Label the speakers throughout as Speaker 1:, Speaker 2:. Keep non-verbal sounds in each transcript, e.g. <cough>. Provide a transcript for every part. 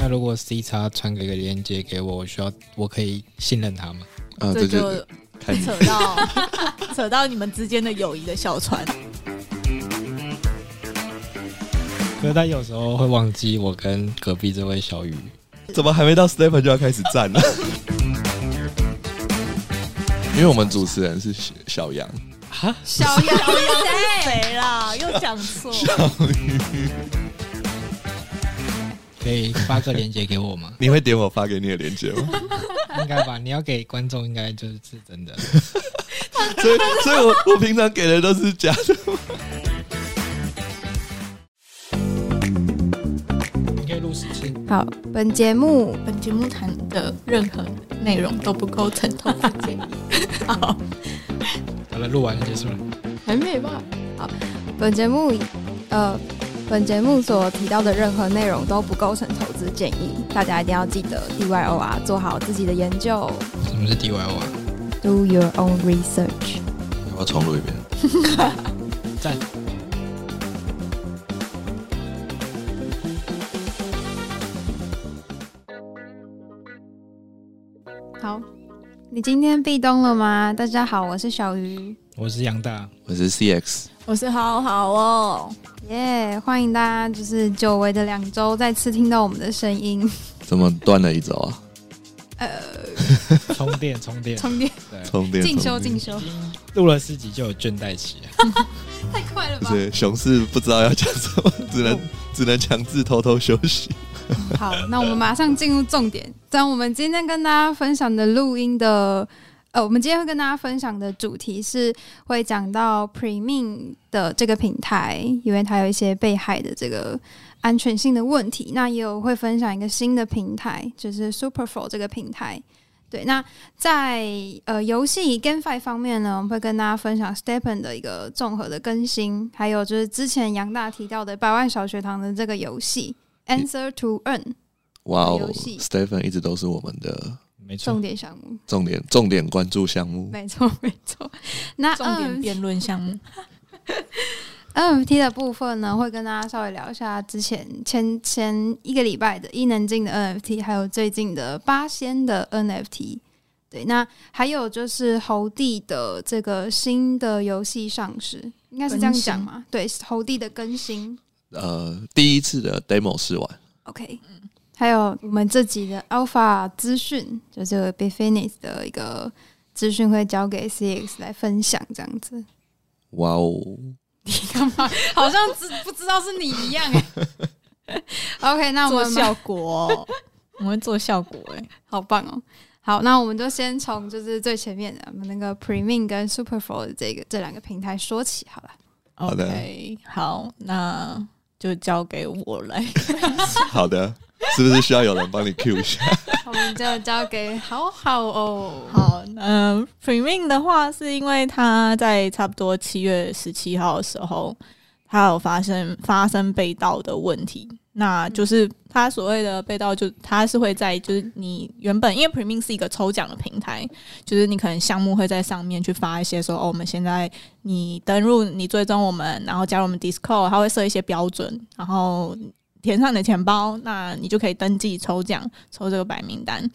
Speaker 1: 那如果 C 叉传给个链接给我，我需要我可以信任他吗？
Speaker 2: 啊，这
Speaker 3: 这就
Speaker 2: 就太
Speaker 3: 扯到扯到你们之间的友谊的小船。
Speaker 1: 可是他有时候会忘记我跟隔壁这位小鱼。
Speaker 2: 怎么还没到 step 就要开始站了？ <laughs> 因为我们主持人是小小杨，？
Speaker 3: 小杨 <laughs> 是谁啦？又讲错。
Speaker 1: 可以发个链接给我吗
Speaker 2: 你会点我发给你的链接 <laughs> 吗？
Speaker 1: <laughs> 应该吧，你要给观众，应该就是是真的。
Speaker 2: 所以，所以我我平常给的都是假的。
Speaker 1: 你可以录十次。
Speaker 4: 好，本节目
Speaker 3: 本节目谈的任何内容都不构成投资建议。
Speaker 4: <laughs>
Speaker 3: 好，
Speaker 1: 好了，录完了结束了。
Speaker 3: 还没吧？
Speaker 4: 本节目呃，本节目所提到的任何内容都不构成投资建议，大家一定要记得 DYO 啊，做好自己的研究
Speaker 1: 什么是 DIY 啊？
Speaker 4: ，Do your own research。
Speaker 2: <laughs> 我重录一遍。
Speaker 1: 赞。
Speaker 4: 好，你今天壁咚了吗？大家好，我是小鱼，
Speaker 1: 我是杨大，
Speaker 2: 我是 CX，
Speaker 3: 我是好好哦，
Speaker 4: 耶、欢迎大家，就是久违的两周再次听到我们的声音。呃
Speaker 2: 怎么断了一周啊？
Speaker 1: 充电充电，
Speaker 4: 充电，
Speaker 1: 对，
Speaker 2: 充电
Speaker 4: 进修，进
Speaker 2: 充
Speaker 4: 修，
Speaker 1: 录了四集就有倦怠期了。
Speaker 4: 太快了
Speaker 2: 电
Speaker 4: 吧？嗯
Speaker 2: 所以熊市不知道要讲什么，只能只能强制偷偷休息。
Speaker 4: 好，那我们马上进入重点。在我们今天跟大家分享的录音的，呃，我们今天会跟大家分享的主题是会讲到 Premium 的这个平台，因为它有一些被害的这个安全性的问题。那也有会分享一个新的平台，就是 Superflow 这个平台。对，那在呃游戏 GameFi 方面呢，我们会跟大家分享 Stepen 的一个综合的更新，还有就是之前杨大提到的百万小学堂的这个游戏 Answer to Earn。
Speaker 2: 哇哦
Speaker 4: 游戏
Speaker 2: ，Stephen 一直都是我们的
Speaker 1: 没错
Speaker 4: 重，点项目，
Speaker 2: 重点重点关注项目。
Speaker 4: 没错没错。那嗯
Speaker 3: 重点
Speaker 4: NFT
Speaker 3: 辩论项目。
Speaker 4: NFT 的部分呢，会跟大家稍微聊一下之前前前一个礼拜的伊能静的 NFT，还有最近的八仙的 NFT。对，那还有就是猴帝的这个新的游戏上市，应该是这样讲嘛？对，猴帝的更新
Speaker 2: 呃，第一次的 demo 试玩，
Speaker 4: ，OK。还有我们这集的 Alpha 资讯，就是 b e f i n i s 的一个资讯会交给 CX 来分享，这样子。
Speaker 2: 哇哦，
Speaker 4: 干嘛？ <laughs> 好像知不知道是你一样 <laughs> 哎、OK，那
Speaker 3: <laughs> 做
Speaker 4: 我们
Speaker 3: 效果、哦，我们做效果哎、
Speaker 4: 好棒哦！好，那我们就先从就是最前面的我们那个 Premium 跟 Superflow 的这个这两个平台说起
Speaker 3: <laughs>
Speaker 4: 好了。
Speaker 2: 好的
Speaker 3: OK，好，那就交给我来。
Speaker 2: <laughs> 好的，是不是需要有人帮你 Q 一下？
Speaker 4: 我们就交给好好哦。
Speaker 3: 好，嗯 p r e m i u m 的话，是因为它在差不多七月十七号的时候，它有发生发生被盗的问题。那就是
Speaker 4: 嗯
Speaker 3: 它所谓的被盗，就它是会在就是你原本因为 p r e m i u m 是一个抽奖的平台，就是你可能项目会在上面去发一些说哦，我们现在你登入你追踪我们，然后加入我们 Discord，它会设一些标准，然后填上你的钱包，那你就可以登记抽奖抽这个白名单。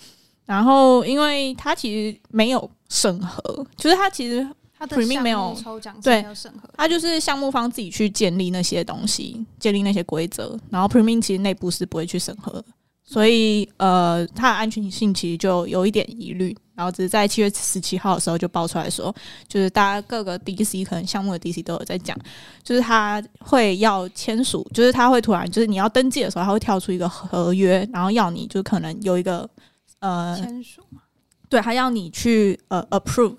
Speaker 3: 然后，因为它其实没有审核，就是它其实
Speaker 4: 它的
Speaker 3: Premium
Speaker 4: 项目
Speaker 3: 没有
Speaker 4: 抽奖，
Speaker 3: 对
Speaker 4: 没有审核。
Speaker 3: 它就是项目方自己去建立那些东西，建立那些规则，然后 Premium 其实内部是不会去审核的，所以呃，它的安全性其实就有一点疑虑，然后只是在七月十七号的时候就爆出来说，就是大家各个 DC 可能项目的 DC 都有在讲，就是他会要签署，就是他会突然就是你要登记的时候，他会跳出一个合约，然后要你就可能有一个呃
Speaker 4: 签署嘛
Speaker 3: 对，他要你去呃 approve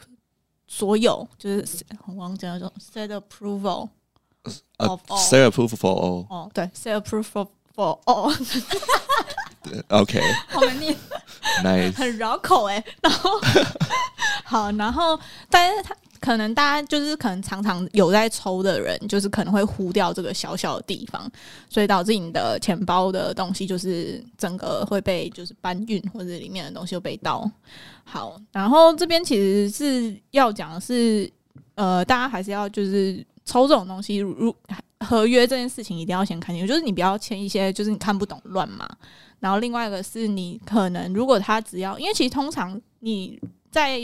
Speaker 3: 所有，就是我忘记那种 set approval
Speaker 2: 呃
Speaker 3: of all，
Speaker 2: ，Say approve for
Speaker 3: 哦，对，set approval 哦 for <laughs> all，
Speaker 2: all，OK，nice，
Speaker 3: 我们念很绕口哎、然后好，然后但是他可能大家就是可能常常有在抽的人，就是可能会忽掉这个小小的地方，所以导致你的钱包的东西就是整个会被就是搬运，或者里面的东西又被盗。好，然后这边其实是要讲的是，呃，大家还是要就是抽这种东西，如合约这件事情一定要先看清楚，就是你不要签一些就是你看不懂乱码。然后另外一个是你可能如果他只要，因为其实通常你在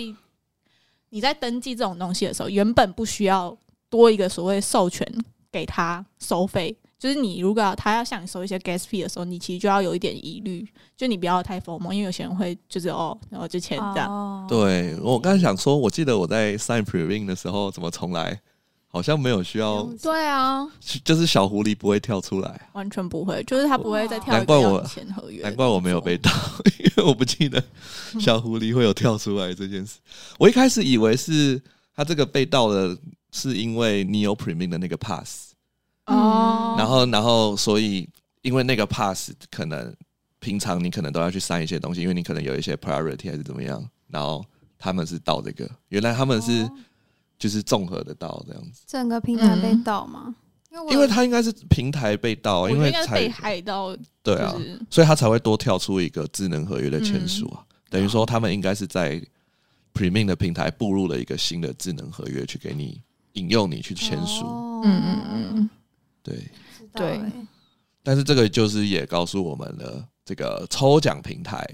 Speaker 3: 你在登记这种东西的时候，原本不需要多一个所谓授权给他收费。就是你如果要他要向你收一些 gas fee 的时候，你其实就要有一点疑虑，就你不要太 formal，因为有些人会就是哦，然后就签这样。
Speaker 4: 哦，
Speaker 2: 对我刚才想说，我记得我在 sign previn 的时候，怎么从来好像没有需要，
Speaker 3: 对啊，
Speaker 2: 就是小狐狸不会跳出来，
Speaker 3: 完全不会，就是他不会再跳一
Speaker 2: 难怪
Speaker 3: 个
Speaker 2: 我
Speaker 3: 要你签合约的动作。
Speaker 2: 难怪我没有被盗，因为我不记得小狐狸会有跳出来这件事。我一开始以为是他这个被盗的，是因为你有 previn 的那个 pass，
Speaker 3: 哦，
Speaker 2: 然后，然后，所以因为那个 pass 可能平常你可能都要去删一些东西，因为你可能有一些 priority 还是怎么样，然后他们是盗这个，原来他们是、
Speaker 4: 哦
Speaker 2: 就是综合的盗这样子，
Speaker 4: 整个平台被
Speaker 3: 嗯
Speaker 4: 盗吗？因为我
Speaker 2: 因为他应该是平台被盗，
Speaker 3: 我
Speaker 2: 因
Speaker 3: 觉得
Speaker 2: 为
Speaker 3: 应该是
Speaker 2: 才
Speaker 3: 被害到，就
Speaker 2: 对啊，
Speaker 3: 是嗯
Speaker 2: 所以他才会多跳出一个智能合约的签署啊，等于说他们应该是在 Premium 的平台步入了一个新的智能合约，去给你引诱你去签署，
Speaker 4: 哦
Speaker 3: 嗯嗯嗯，嗯，
Speaker 2: 对。
Speaker 4: 知道
Speaker 3: 对
Speaker 4: 欸
Speaker 2: 但是这个就是也告诉我们了，这个抽奖平台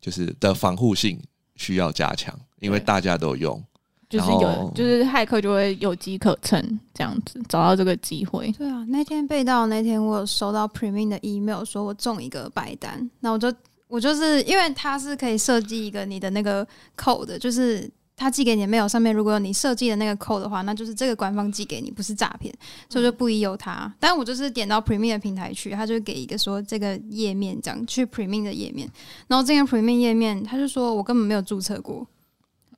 Speaker 2: 就是的防护性需要加强，因为
Speaker 3: 对
Speaker 2: 大家都用。
Speaker 3: 就是
Speaker 2: 然后
Speaker 3: 有，就是骇客就会有机可乘，这样子找到这个机会。
Speaker 4: 对啊，那天被盗的那天，我有收到 Premium 的 email，说我中一个白单，那我就我就是因为它是可以设计一个你的那个 code，就是它寄给你的 mail 上面，如果有你设计的那个 code 的话，那就是这个官方寄给你，不是诈骗，所以我就不疑有它。但我就是点到 Premium 的平台去，它就给一个说这个页面这样去 Premium 的页面，然后这个 Premium 页面，他就说我根本没有注册过。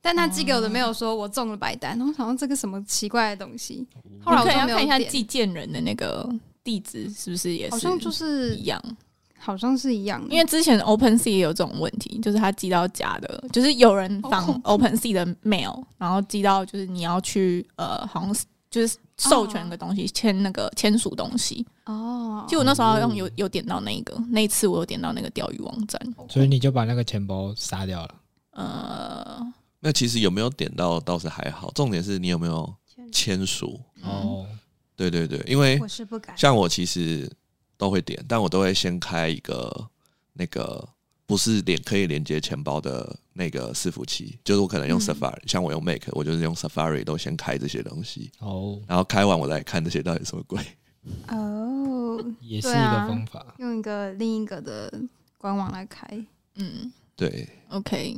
Speaker 4: 但他寄给我的没有说我中了白单，然后我想到这个什么奇怪的东西，后来
Speaker 3: 你可
Speaker 4: 我就
Speaker 3: 能要
Speaker 4: 没有
Speaker 3: 看一下
Speaker 4: 点
Speaker 3: 寄件人的那个地址是不是也
Speaker 4: 好像就是
Speaker 3: 一样，
Speaker 2: 嗯
Speaker 4: 好像是一样的，
Speaker 3: 因为之前 OpenSea 也有这种问题，就是他寄到假的，就是有人仿
Speaker 4: 哦好恐
Speaker 3: OpenSea 的 mail，然后寄到就是你要去呃，好像是就是授权的东西签那个签署东西。
Speaker 4: 哦，
Speaker 3: 其实我那时候好
Speaker 2: 哦
Speaker 3: 像有有点到那一个，那一次我有点到那个钓鱼网站，
Speaker 1: 所以你就把那个钱包杀掉了。
Speaker 3: 呃，
Speaker 2: 那其实有没有点到倒是还好，重点是你有没有签署？
Speaker 1: 哦，
Speaker 2: 对对对，因为
Speaker 4: 我是不敢，
Speaker 2: 像我其实都会点，但我都会先开一个那个不是连可以连接钱包的那个伺服器，就是我可能用
Speaker 4: 嗯
Speaker 2: Safari，、像我用 Mac，我就是用 Safari 都先开这些东西，
Speaker 1: 哦，
Speaker 2: 然后开完我再看这些到底什么鬼。
Speaker 4: 哦，
Speaker 1: 也是一
Speaker 4: 对啊
Speaker 1: 个方法。
Speaker 4: 用一个另一个的官网来开，
Speaker 3: 嗯
Speaker 2: 对，
Speaker 3: ，OK，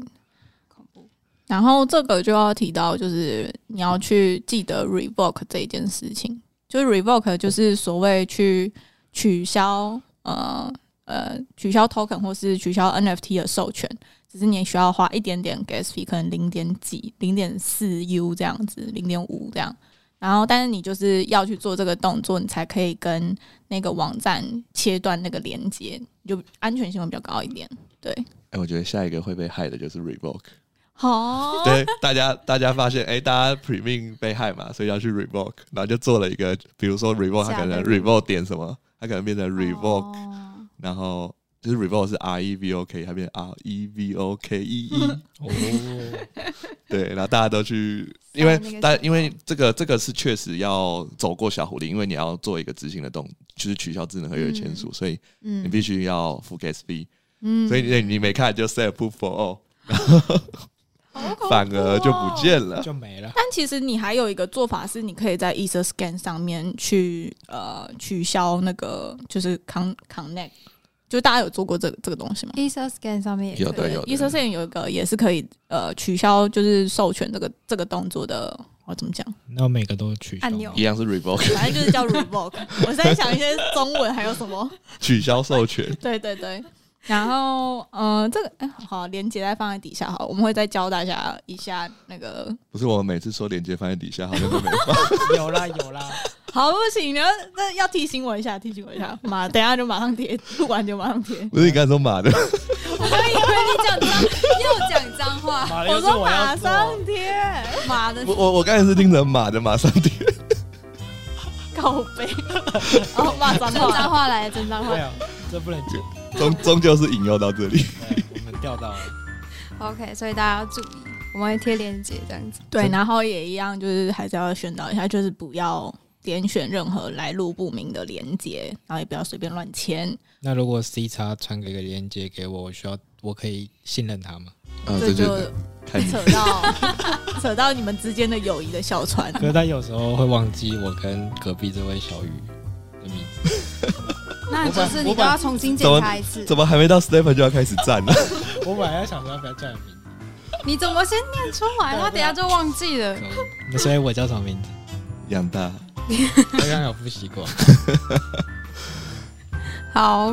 Speaker 4: 恐怖
Speaker 3: 然后这个就要提到，就是你要去记得 revoke 这一件事情，就是 revoke 就是所谓去取消呃呃取消 token 或是取消 NFT 的授权，只是你需要花一点点 gas fee，可能零点几、零点四 U 这样子，零点五这样。然后，但是你就是要去做这个动作，你才可以跟那个网站切断那个连接，你就安全性会比较高一点。对，
Speaker 2: 哎、我觉得下一个会被害的就是 Revoke。
Speaker 3: 好，
Speaker 2: 对，大家大家发现，哎、大家 Premium 被害嘛，所以要去 Revoke，然后就做了一个，比如说 Revoke，它可能
Speaker 4: 假的
Speaker 2: Revoke 点什么，它可能变成 Revoke，、
Speaker 4: 哦
Speaker 2: 然后就是 Revoke 是 R E V O K，它变成 R E V O K E E，
Speaker 1: 哦，
Speaker 2: 对，然后大家都去，
Speaker 4: 塞
Speaker 2: 因为
Speaker 4: 那个
Speaker 2: 大
Speaker 4: 钱
Speaker 2: 因为这个这个是确实要走过小狐狸，因为你要做一个执行的动，就是取消智能合约的签署，所以你
Speaker 3: 嗯
Speaker 2: 必须要付 gas fee，、
Speaker 3: 嗯
Speaker 2: 所以你你没看就 set up for all， <laughs>
Speaker 3: 好恐
Speaker 2: 反而就
Speaker 3: 怖哦
Speaker 2: 不见
Speaker 1: <laughs>
Speaker 2: 了。
Speaker 1: 就没了。
Speaker 3: 但其实你还有一个做法是，你可以在 Ether Scan 上面去呃取消那个就是 con connect，就大家有做过这个这个东西吗？
Speaker 4: ，Ether Scan 上面也
Speaker 2: 有
Speaker 4: 可
Speaker 2: 的
Speaker 4: 以
Speaker 2: 有的
Speaker 3: Ether Scan 有一个也是可以呃取消就是授权这个这个动作的，我、怎么
Speaker 2: <laughs>
Speaker 3: 讲？
Speaker 1: 那我每个都取消
Speaker 4: 按钮
Speaker 2: 一样是 revoke <laughs>
Speaker 3: 反正就是叫 revoke。我
Speaker 4: <laughs>
Speaker 3: 在想一些中文还有什么？
Speaker 2: 取消授权，
Speaker 3: 对对对。然后，呃，这个哎，好，连接再放在底下，好，我们会再教大家一下那个
Speaker 2: 不是我们每次说链接放在底下，好像都没
Speaker 1: <laughs>
Speaker 2: 放。
Speaker 1: 有啦有
Speaker 3: <laughs>
Speaker 1: 啦，
Speaker 3: 好，不行，你要那要提醒我一下，提醒我
Speaker 2: <laughs>
Speaker 3: 一下，妈，等一下就马上贴，录完就马上贴。
Speaker 2: 不是你刚才说马的，
Speaker 3: 我以为你讲脏，
Speaker 4: 又讲脏话，
Speaker 1: 马
Speaker 3: 我说马上
Speaker 1: <laughs> 上
Speaker 3: 贴，妈的
Speaker 2: 我我我刚才是听成马的马上点。
Speaker 3: 告 <laughs> 背，然后骂 <laughs> 脏
Speaker 4: 真脏
Speaker 3: 话。
Speaker 4: 话来了，真脏话
Speaker 1: 对。啊，这不能接。
Speaker 2: 终终究是引诱到这里。
Speaker 1: 对我们钓到了。
Speaker 4: OK，所以大家要注意，我们会贴链接这样子。
Speaker 3: 对，然后也一样，就是还是要宣导一下，就是不要点选任何来路不明的连接，然后也不要随便乱签。
Speaker 1: <laughs> 那如果 C 叉传给个链接给我，我需要我可以信任他吗？
Speaker 2: 啊，这
Speaker 3: 这就
Speaker 2: 就看你
Speaker 3: 扯到扯到你们之间的友谊的小船。
Speaker 1: 可是他有时候会忘记我跟隔壁这位小雨的名 <laughs> 字。
Speaker 4: 那就是你都要重新检查一次。
Speaker 2: 怎么还没到 Stephen 就要开始站了？
Speaker 1: 我本来要想说要不要叫你名字
Speaker 4: 你怎么先念出来，然后等一下就忘记了？
Speaker 1: 可恶，那所以我叫什么名字？
Speaker 2: 养大，
Speaker 1: 我刚刚有复习过。
Speaker 4: 好，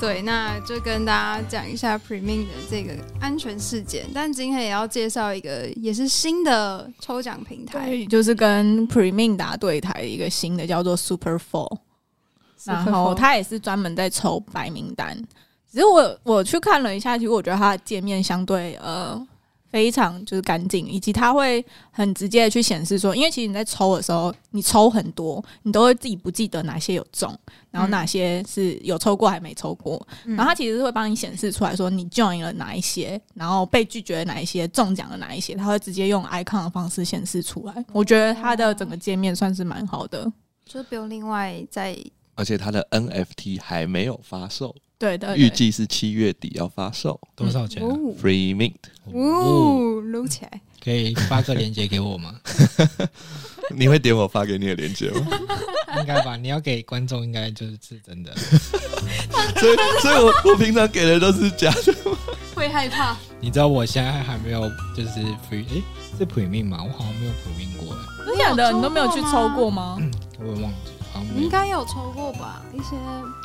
Speaker 4: 对，那就跟大家讲一下 Premin 的这个安全事件，但今天也要介绍一个也是新的抽奖平台。
Speaker 3: 对，就是跟 Premin 答对台的一个新的叫做 Super Four，然 <laughs> 后它也是专门在抽白名单。只是我我去看了一下，其实我觉得它的界面相对呃非常就是干净，以及它会很直接的去显示说，因为其实你在抽的时候，你抽很多，你都会自己不记得哪些有中，然后哪些是有抽过还没抽过，
Speaker 4: 嗯
Speaker 3: 然后它其实是会帮你显示出来说你 join 了哪一些，然后被拒绝了哪一些，中奖了哪一些，它会直接用 icon 的方式显示出来。我觉得它的整个界面算是蛮好的，
Speaker 4: 就是不用另外再
Speaker 2: 而且它的 NFT 还没有发售，
Speaker 3: 呃对的，
Speaker 2: 预计是七月底要发售。
Speaker 1: <laughs> 多少钱、啊？
Speaker 4: 哦
Speaker 2: Free Mint，
Speaker 1: 哦，
Speaker 4: 哦撸起来。
Speaker 1: 可以发个链接给我吗？ <laughs>
Speaker 2: 你会点我发给你的链接吗？ <laughs>
Speaker 1: 应该吧，你要给观众，应该就是是真的。
Speaker 2: 所以，所以我我平常给的都是假的。
Speaker 4: 会害怕，
Speaker 1: 你知道我现在还没有就是 pre 哎、是 pre 命吗？我好像没有 pre 命过哎，
Speaker 3: 真假的，
Speaker 4: 你
Speaker 3: 你
Speaker 4: 有抽过吗
Speaker 3: 都没有去抽过吗？
Speaker 1: 我也忘记，好像
Speaker 4: 你
Speaker 1: 没
Speaker 4: 应
Speaker 1: 有。
Speaker 4: 该有抽过吧？一些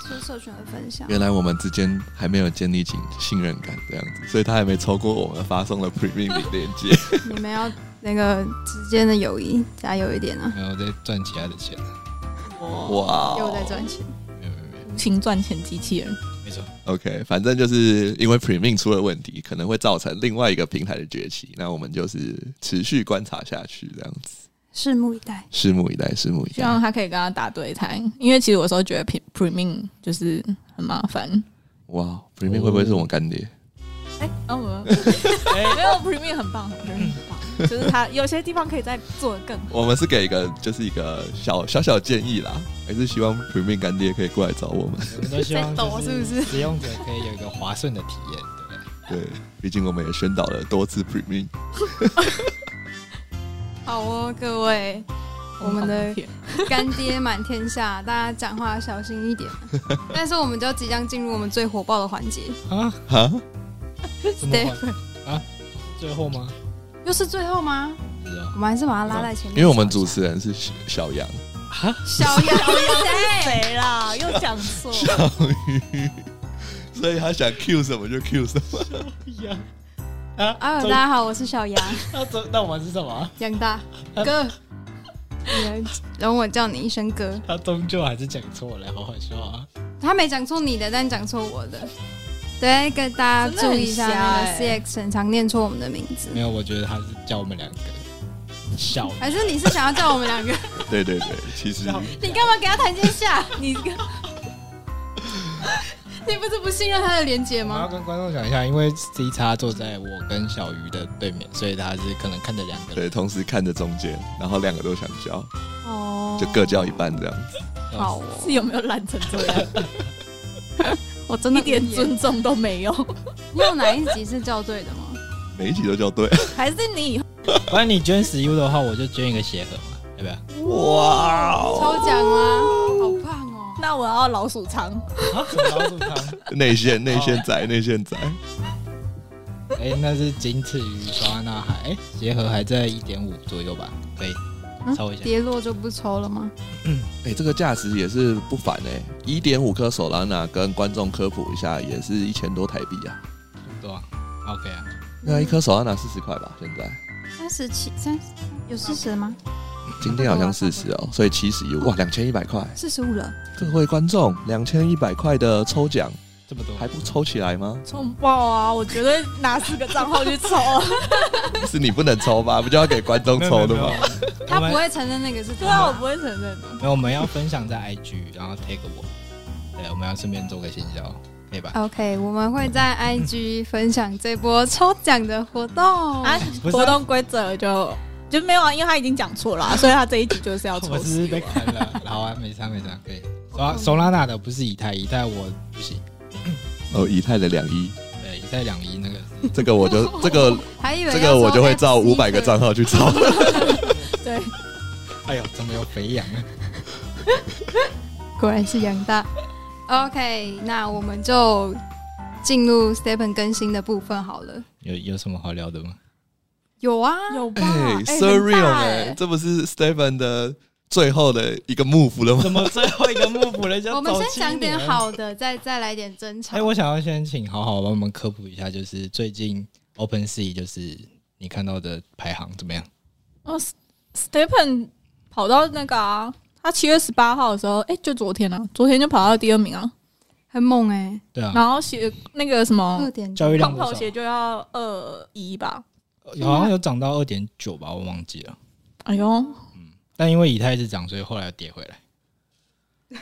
Speaker 4: 就是社群的分享。
Speaker 2: 原来我们之间还没有建立起信任感，这样子，所以他还没抽过我们发送的 Premium 的链接。
Speaker 4: 你们要那个之间的友谊加油一点啊！
Speaker 1: 没有我在赚其他的钱，
Speaker 3: 我
Speaker 2: 哇
Speaker 4: 又在赚钱，
Speaker 1: 没有没有没有，
Speaker 3: 无情赚钱机器人，
Speaker 1: 没错，
Speaker 2: OK，反正就是因为 Premium 出了问题，可能会造成另外一个平台的崛起。那我们就是持续观察下去，这样子，
Speaker 4: 拭目以待。
Speaker 2: 拭目以待，拭目以
Speaker 3: 希望
Speaker 2: 待。
Speaker 3: 他可以跟他答对台，因为其实我有时候觉得 pre- Premin 就是很麻烦。
Speaker 2: 哇，Premium 会不会是我干爹？
Speaker 3: 哎、那我 <laughs> 们没有 Premin 很棒，Premin 很棒，就是他有些地方可以再做的更好。
Speaker 2: 我们是给一个就是一个小小小建议啦，还是希望 Premium 干爹可以过来找我们。 <laughs>
Speaker 1: 我们都希望
Speaker 4: <laughs> 在抖
Speaker 1: 就是
Speaker 4: 不是
Speaker 1: 使用者可以有一个划算的体验，对不对？
Speaker 2: 对，毕竟我们也宣导了多次 Premium。
Speaker 4: 好哦，各位，我们的
Speaker 3: 片
Speaker 4: <laughs> 干爹满天下，大家讲话小心
Speaker 2: <laughs>
Speaker 4: 一点。但是我们就即将进入我们最火爆的环节，
Speaker 1: 啊？
Speaker 2: 哈，
Speaker 1: 怎么会啊？最后吗？
Speaker 4: 又是最后吗？
Speaker 1: 不知道
Speaker 4: 我们还是把它拉在前面，
Speaker 2: 因为我们主持人是小小杨，
Speaker 1: 啊？
Speaker 4: 小杨谁？
Speaker 3: 谁哎啦？又讲
Speaker 2: <laughs>
Speaker 3: 错。
Speaker 2: 小鱼，所以他想 Q 什么就 Q 什么。
Speaker 1: 呀啊
Speaker 4: 啊，大
Speaker 1: 走
Speaker 4: 家好，我是小杨，
Speaker 1: 那走那我们是什么？
Speaker 4: 杨大
Speaker 2: <laughs>
Speaker 4: 哥。你来容我叫你一声哥，
Speaker 1: 他终究还是讲错了，好好笑啊！
Speaker 4: 他没讲错你的，但讲错我的。对，跟大家注意一下，那
Speaker 2: 欸
Speaker 4: 个
Speaker 3: 真的
Speaker 4: CX 很常念错我们的名字
Speaker 1: 没，有，我觉得他是叫我们 <laughs> 两个小
Speaker 4: 还是你是想要叫我们两个？
Speaker 2: <laughs> 对对对，其 <laughs> 实
Speaker 1: 小
Speaker 4: 你干嘛给他台阶下？你这个 <laughs> 你不是不信任他的连接
Speaker 1: 我们要
Speaker 4: 吗？
Speaker 1: 跟观众讲一下，因为 C 叉坐在我跟小鱼的对面，所以他是可能看着两个人。
Speaker 2: 对，同时看着中间，然后两个都想叫，
Speaker 4: 哦
Speaker 2: 就各叫一半这样子。
Speaker 4: 好哦，
Speaker 3: 是有没有烂成这 <laughs> 样？
Speaker 4: 我真
Speaker 3: 一
Speaker 4: 的
Speaker 3: 点尊重都没有。
Speaker 4: 你有哪一集是校对的吗？
Speaker 2: 每一集都叫对，
Speaker 3: 还是你以后
Speaker 1: 不然你捐十 U 的话，我就捐一个鞋盒嘛，要不要？
Speaker 2: 哇哦，
Speaker 4: 抽奖啊，好棒哦！
Speaker 3: 那我要老鼠仓，？
Speaker 1: 啊，什么老鼠汤？
Speaker 2: <laughs> 内线内线仔内线仔，
Speaker 1: 哎、那是仅次于索安娜海，哎鞋盒还在一点五左右吧？可以
Speaker 4: 嗯
Speaker 1: 稍微一下。
Speaker 4: 跌落就不抽了吗？
Speaker 2: 哎，这个价值也是不凡哎，一点五颗手拉娜跟观众科普一下，也是一千多台币啊。
Speaker 1: 对啊，OK 啊，
Speaker 2: 那一颗手拉娜四十块吧，现在
Speaker 4: 三十七，三十有四十吗？
Speaker 2: 今天好像四十哦，所以七十一哇，两千一百块。
Speaker 4: 四十五了，
Speaker 2: 各位观众，两千一百块的抽奖
Speaker 1: 这么多。
Speaker 2: 还不抽起来吗 <laughs>
Speaker 3: 冲爆啊！我绝对拿四个账号去抽啊！
Speaker 2: 是你不能抽吧？不就要给观众抽的吗？
Speaker 4: 他
Speaker 1: 我
Speaker 4: 不
Speaker 1: 们
Speaker 4: 会承认那个是
Speaker 3: 对啊，
Speaker 4: 他
Speaker 3: 我。不会承认的。
Speaker 1: 没有，我们要分享在 IG，然后 tag 我。对，我们要顺便做个行销，可以吧？
Speaker 4: OK，我们会在 IG 分享这波抽奖的活动。
Speaker 3: 啊
Speaker 1: 不，是啊
Speaker 3: 活动规则就就没有啊，因为他已经讲错了啊、所以他这一集就是要
Speaker 1: 我
Speaker 3: 抽
Speaker 1: 只
Speaker 3: 死
Speaker 1: 是被
Speaker 3: 我。
Speaker 1: 坑
Speaker 4: <laughs>
Speaker 1: 了。好啊，没差没差，可以。
Speaker 4: 哦
Speaker 1: 索索拉纳的不是以太，以太我不行。
Speaker 2: 哦，以太的两一，
Speaker 1: 对，以太两一那个
Speaker 2: 这个我就这个
Speaker 4: 还以为
Speaker 2: 这个我就会造
Speaker 4: 照
Speaker 2: 五百个账，号去找。
Speaker 3: 对，
Speaker 1: 哎呦，怎么有肥羊啊？
Speaker 4: 果然是杨大。OK，那我们就进入 Stephen 更新的部分好了。
Speaker 1: 有有什么好聊的吗？
Speaker 4: 有啊，
Speaker 3: 有吧？
Speaker 1: <laughs>
Speaker 2: 哎
Speaker 3: 哎
Speaker 2: ，Surreal
Speaker 3: 很大
Speaker 2: 哎，
Speaker 3: 哎
Speaker 2: 这不是 Stephen 的最后的一个 move 了吗？
Speaker 1: 怎么最后一个幕府人家
Speaker 4: 我们先讲点。好的，再再来点争吵
Speaker 1: 哎，。我想要先请好好帮我们科普一下，就是最近 Open Sea 就是你看到的排行怎么样？
Speaker 3: 哦，S-，Stephen 跑到那个啊，他七月十八号的时候，哎、就昨天啊，昨天就跑到第二名啊，
Speaker 4: 很猛哎、
Speaker 1: 对啊，
Speaker 3: 然后写那个什
Speaker 1: 哦
Speaker 4: 二
Speaker 3: 么
Speaker 4: 点
Speaker 1: 教育量
Speaker 3: 空
Speaker 1: 多
Speaker 3: 跑
Speaker 1: 少
Speaker 3: 鞋？就要二一吧，
Speaker 1: 好像有涨到二点九吧，我忘记了。
Speaker 3: 哎呦，
Speaker 1: 但因为以太一直涨，所以后来又跌回来。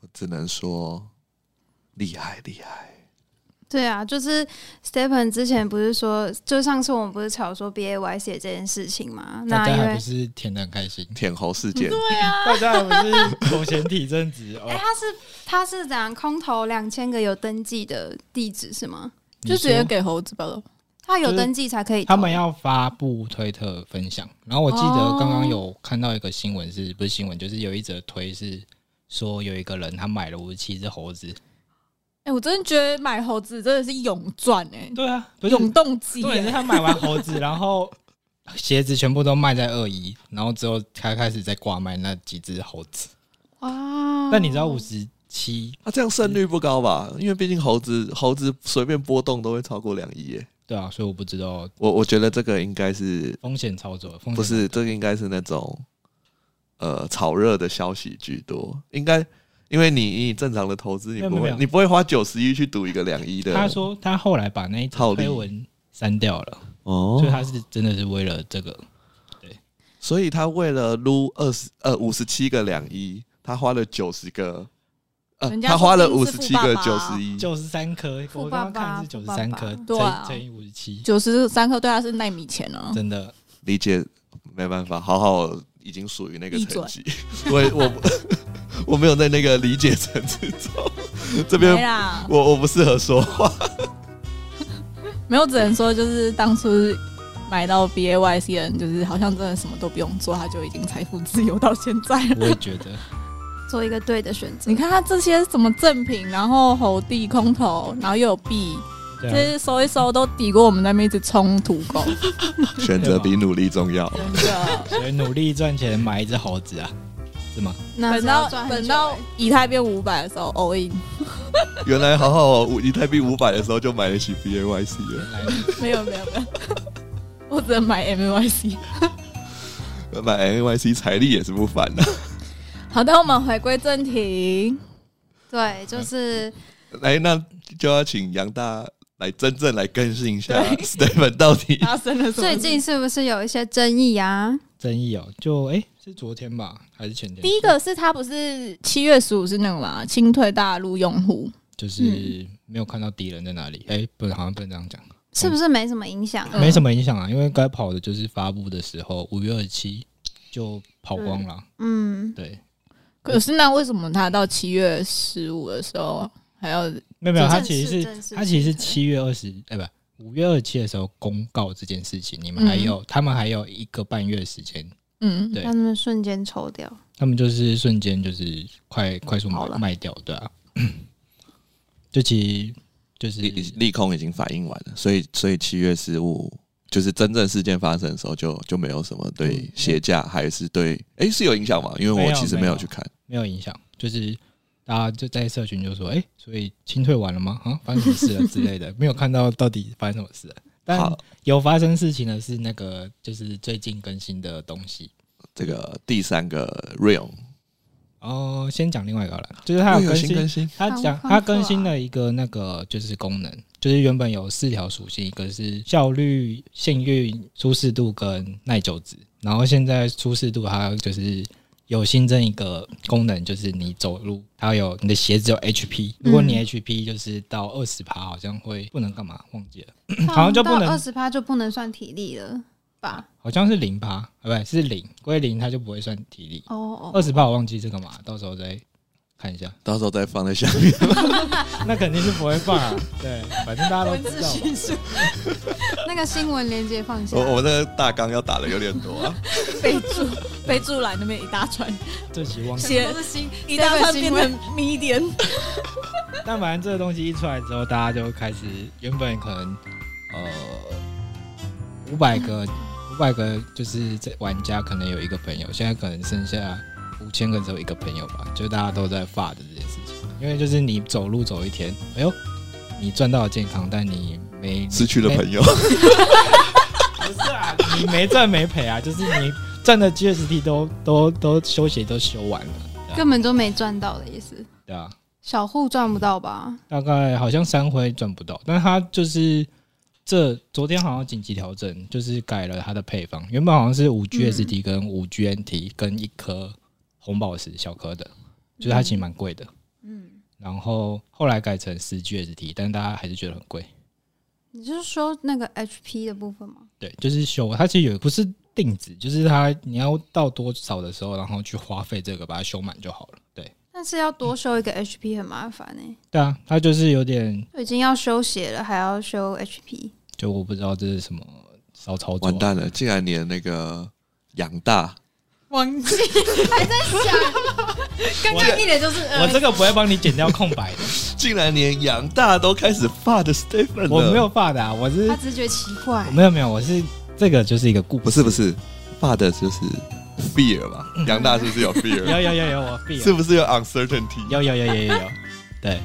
Speaker 2: 我只能说厉害厉害。
Speaker 4: 对啊，就是 Stephen 之前不是说，就上次我们不是吵说 B A Y 写这件事情嘛？
Speaker 1: 大
Speaker 4: 那
Speaker 1: 家
Speaker 4: 因
Speaker 1: 还
Speaker 4: 为
Speaker 1: 不是填的很开心，
Speaker 2: 舔猴事件，
Speaker 1: <laughs> 大家还不是口嫌体正直
Speaker 4: 哎、
Speaker 1: 哦。
Speaker 4: 他是他是怎样空投两千个有登记的地址是吗？
Speaker 1: 你
Speaker 3: 就直接
Speaker 1: 说
Speaker 3: 给猴子吧了。
Speaker 4: 他
Speaker 1: 就
Speaker 4: 有
Speaker 1: 是
Speaker 4: 登记才可以投。
Speaker 1: 他们要发布推特分享，然后我记得刚刚有看到一个新闻是，不是新闻，就是有一则推是说有一个人他买了五十七只猴子，
Speaker 3: 哎、我真的觉得买猴子真的是永赚哎、
Speaker 1: 对啊，不
Speaker 3: 永动机、
Speaker 1: 重点是
Speaker 3: 欸。
Speaker 1: 他买完猴子，然后 <laughs> 鞋子全部都卖在二一，然后之后他开始在挂卖那几只猴子。
Speaker 4: 哇！
Speaker 1: 但你知道五十七
Speaker 2: 啊那、这样胜率不高吧？因为毕竟猴子猴子随便波动都会超过两亿耶。
Speaker 1: 对啊，所以我不知道
Speaker 2: 我我觉得这个应该是
Speaker 1: 风险操作，风险
Speaker 2: 不是这个应该是那种呃炒热的消息居多，应该因为你以正常的投资，你
Speaker 1: 没
Speaker 2: 不
Speaker 1: 有没
Speaker 2: 会
Speaker 1: 有
Speaker 2: 你不会花九十亿去赌一个两亿的。
Speaker 1: 他说他后来把那一条
Speaker 2: 套利
Speaker 1: 推文删掉了，
Speaker 2: 哦
Speaker 1: 所以，他是真的是为了这个。
Speaker 2: 所以他为了撸二十呃五十七个两亿，他花了九十个。呃
Speaker 3: 人，家
Speaker 2: 他花了五
Speaker 3: 说
Speaker 2: 十
Speaker 3: 不定
Speaker 2: 七
Speaker 3: 是富爸
Speaker 2: 个
Speaker 1: 啊
Speaker 3: 爸
Speaker 2: 九十一，
Speaker 1: 九十三颗，我
Speaker 4: 富爸
Speaker 1: 刚刚
Speaker 4: 爸
Speaker 1: 看是九十三颗，
Speaker 3: 爸
Speaker 4: 富
Speaker 3: 爸
Speaker 1: 乘乘以五十七，
Speaker 3: 九十三克对他是纳米钱啊，
Speaker 1: <laughs> 真的
Speaker 2: 理解没办法，好好已经属于那个
Speaker 3: 闭
Speaker 2: 层
Speaker 3: 嘴
Speaker 2: 级， <laughs> 我我 <laughs> 我没有在那个理解层次中，这
Speaker 3: 没
Speaker 2: 边
Speaker 3: 啦，
Speaker 2: 我我不适合说话。
Speaker 3: 没有，只能说就是当初买到 B A Y C 的人，就是好像真的什么都不用做，他就已经财富自由到现在了。
Speaker 1: 我也觉 <laughs> 得。
Speaker 4: 做一个对的选
Speaker 3: <laughs>
Speaker 4: 择
Speaker 3: 你。看他这些什么赠品，然后猴地空投，然后又有币，这
Speaker 1: 对啊，
Speaker 3: 些收一收都抵过我们在那边一直冲土
Speaker 1: <laughs>
Speaker 3: 狗，
Speaker 2: 选择比努力重要。
Speaker 3: 真的。
Speaker 1: 所以努力赚钱买一只猴子啊，是吗？
Speaker 4: 那
Speaker 3: 等
Speaker 4: 只
Speaker 3: 到
Speaker 4: 要赚很
Speaker 3: 等
Speaker 4: 久
Speaker 3: 到
Speaker 4: 欸
Speaker 3: 以太变五百的时候，all in，
Speaker 2: 原来好好哦五以太币五百的时候就买得起 B A Y C 了，
Speaker 1: 来，
Speaker 3: 没有没有没有，我只能买 M Y C。
Speaker 2: 买 A Y C 财力也是不凡的、啊
Speaker 3: 好的，我们回归正题。
Speaker 4: 对，就是
Speaker 2: <laughs> 来，那就要请杨大来真正来更新一下 Stephen 到底
Speaker 3: 发生了什么事？
Speaker 4: 最近是不是有一些争议啊？
Speaker 1: 争议哦，就哎、是昨天吧，还是前天？
Speaker 3: 第一个是他不是七月十五是那个嘛，清退大陆用户，
Speaker 4: 嗯
Speaker 1: 就是没有看到敌人在哪里，哎、不，好像不能这样讲，
Speaker 4: 是不是没什么影响、啊？
Speaker 1: 没什么影响啊，因为该跑的就是发布的时候，五月二十七就跑光了，
Speaker 4: 嗯，
Speaker 1: 对。
Speaker 3: 可是那为什么他到七月十五的时候还要？
Speaker 1: 没有没有，
Speaker 4: 这
Speaker 1: 他
Speaker 4: 正
Speaker 1: 其实
Speaker 4: 式
Speaker 1: 是
Speaker 4: 正式
Speaker 1: 他其实是
Speaker 4: 清退
Speaker 1: 七月二十，哎，不，五月二十七的时候公告这件事情，你们还
Speaker 4: 嗯
Speaker 1: 有、他们还有一个半月时间，
Speaker 3: 嗯，
Speaker 1: 对
Speaker 4: 让他们瞬间抽掉。
Speaker 1: 他们就是瞬间就是快快速
Speaker 4: 好
Speaker 1: 卖
Speaker 4: 了
Speaker 1: 卖掉，对啊， <coughs> 就其实就是
Speaker 2: 利利空已经反应完了，所以所以七月十五就是真正事件发生的时候就，就没有什么对鞋价还是对诶，是有影响吗？因为
Speaker 1: 没
Speaker 2: 我
Speaker 1: 有
Speaker 2: 其实
Speaker 1: 没
Speaker 2: 嗯没有
Speaker 1: 有
Speaker 2: 去看，
Speaker 1: 没有影响，就是大家就在社群就说，哎、所以清退完了吗？啊，发生什么事了之类的， <laughs> 没有看到到底发生什么事了。但
Speaker 2: 好
Speaker 1: 有发生事情的是那个，就是最近更新的东西。
Speaker 2: 这个第三个 real
Speaker 1: 哦，先讲另外一个好了，就是它有更
Speaker 2: 新更
Speaker 1: 新，
Speaker 2: 新，
Speaker 1: 它讲
Speaker 4: 好丰富啊
Speaker 1: 它更新了一个那个就是功能，就是原本有四条属性，一个是效率、幸运、舒适度跟耐久值，然后现在舒适度它就是有新增一个功能，就是你走路它有你的鞋子有 HP，如果你 HP 就是到嗯二十趴，好像会不能干嘛忘记了，好像就不能
Speaker 4: 二十趴就不能算体力了。吧？
Speaker 1: 好像是零趴，啊，不是零归零，它就不会算体力。
Speaker 4: 哦
Speaker 1: 二，十趴我忘记这个码，到时候再看一下。
Speaker 2: 到时候再放在下面。
Speaker 1: 那肯定是不会 <laughs> 放啊，对，反正大家都知道嘛。
Speaker 4: 术，那个新闻链接放
Speaker 2: <laughs>
Speaker 4: 下
Speaker 2: 我。我那个大纲要打的有点多啊。
Speaker 3: 备 <laughs> 注备注栏那边一大 <laughs> 串，
Speaker 1: 这期忘记，
Speaker 3: 写
Speaker 4: 都是新
Speaker 3: 一大串变
Speaker 4: 新闻
Speaker 3: 成 <laughs> medium，
Speaker 1: 但反正这个东西一出来之后，大家就开始原本可能呃五百个 <laughs> 五百个就是这玩家可能有一个朋友，现在可能剩下五千个只有一个朋友吧，就大家都在发的这件事情，因为就是你走路走一天，哎呦，你赚到了健康，但你没
Speaker 2: <laughs> 失去了朋
Speaker 1: <laughs>
Speaker 2: 友，
Speaker 1: 不是啊，你没赚没赔啊，就是你赚的 GST 都都都休息都休完了，
Speaker 4: 根本就没赚到的意思，
Speaker 1: 对啊，
Speaker 4: 小户赚不到吧？
Speaker 1: 大概好像三回赚不到，但他就是这昨天好像紧急调整，就是改了他的配方，原本好像是五 GST 跟五 GNT 跟一颗红宝石小颗的，就是它其实蛮贵的，
Speaker 4: 嗯，
Speaker 1: 然后后来改成十 GST，但大家还是觉得很贵，
Speaker 4: 你就是说那个 HP 的部分吗？
Speaker 1: 对，就是修它其实有不是定值，就是它你要到多少的时候，然后去花费这个把它修满就好了，对。
Speaker 4: 但是要多修一个 HP 很麻烦呢、
Speaker 1: 对啊，它就是有点，
Speaker 4: 就已经要修血了，还要修 HP，
Speaker 1: 就我不知道这是什么骚操作啊、
Speaker 2: 完蛋了，竟然连那个杨大，
Speaker 4: 忘记 <laughs> 还在想，刚刚一脸就是
Speaker 1: <laughs> 我这个不会帮你剪掉空白
Speaker 2: <laughs>
Speaker 1: 的，
Speaker 2: 竟然连杨大都开始发的 Stephen 了。
Speaker 1: 我没有发的、啊，我是
Speaker 4: 他只是觉得奇怪
Speaker 1: 我，没有没有，我是这个就是一个故事，
Speaker 2: 不是不是，发的就是 fear 吧？杨大是不是嗯 <laughs> 有 fear？
Speaker 1: 有有有有我 f e
Speaker 2: 是不是有 uncertainty？
Speaker 1: 有有有有有有，对，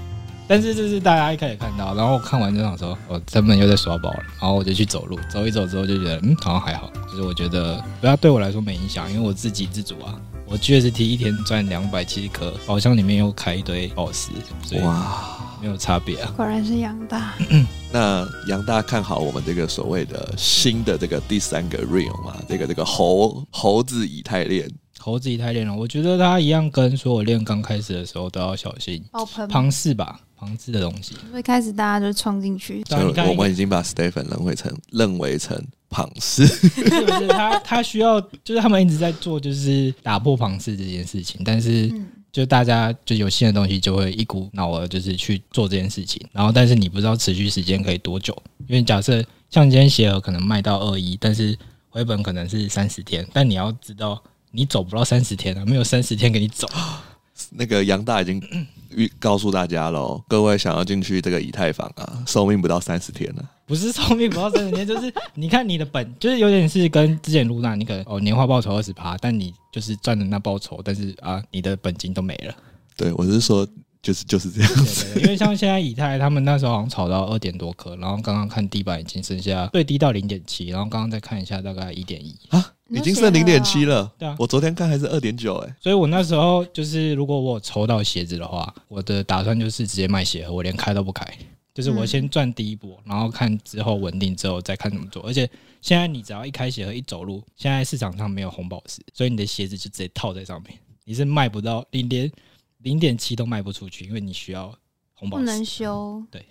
Speaker 1: 但是这是大家一开始看到，然后我看完就想说，哦，他们又在耍宝了，然后我就去走路，走一走之后就觉得，嗯，好像还好，就是我觉得对啊，对我来说没影响，因为我自给自足啊。我 GST 一天赚两百七十颗，宝箱里面又开一堆宝石，所以
Speaker 2: 哇！
Speaker 1: 没有差别啊。
Speaker 4: 果然是杨大，
Speaker 2: 那杨大看好我们这个所谓的新的这个第三个 real 嘛？这个这个猴猴子以太链，
Speaker 1: 猴子以太链了，我觉得它一样跟所有链刚开始的时候都要小心
Speaker 4: 爆喷，
Speaker 1: 庞氏吧，庞氏的东西。
Speaker 4: 所以开始大家就冲进去，
Speaker 1: 对
Speaker 2: 所
Speaker 1: 啊你
Speaker 2: 以
Speaker 1: 看
Speaker 2: 我们已经把 Stephen 认为成认为成庞氏。 <laughs>
Speaker 1: 是不是他他需要，就是他们一直在做，就是打破庞氏这件事情，但是
Speaker 4: 嗯，
Speaker 1: 就大家就有新的东西就会一股脑儿就是去做这件事情，然后但是你不知道持续时间可以多久，因为假设像今天鞋盒可能卖到二一，但是回本可能是三十天，但你要知道你走不到三十天啊，没有三十天给你走。
Speaker 2: 那个杨大已经预告诉大家喽，各位想要进去这个以太坊啊，寿命不到三十天了、啊
Speaker 1: 不是寿命不到三十年，就是你看你的本，就是有点是跟之前露娜，你可能哦年化报酬二十趴，但你就是赚的那报酬，但是啊你的本金都没了。
Speaker 2: 对我是说，就是就是这样子。
Speaker 1: 对对对因为像现在以太他们那时候好像炒到二点多颗，然后刚刚看地板已经剩下最低到零点七，然后刚刚再看一下大概一点一。
Speaker 2: 啊，
Speaker 4: 你
Speaker 2: 已
Speaker 4: 都
Speaker 2: 经剩
Speaker 4: 写
Speaker 2: 零
Speaker 4: 了
Speaker 2: 点
Speaker 4: 啊
Speaker 2: 七了。
Speaker 1: 对啊
Speaker 2: 我昨天看还是二点九，哎，
Speaker 1: 所以我那时候就是如果我有抽到鞋子的话，我的打算就是直接卖鞋盒，我连开都不开。就是我先赚第一波，然后看之后稳定之后再看怎么做。而且现在你只要一开鞋盒一走路，现在市场上没有红宝石，所以你的鞋子就直接套在上面，你是卖不到，你连零点七都卖不出去，因为你需要红宝石。
Speaker 4: 不嗯能修，
Speaker 1: 嗯对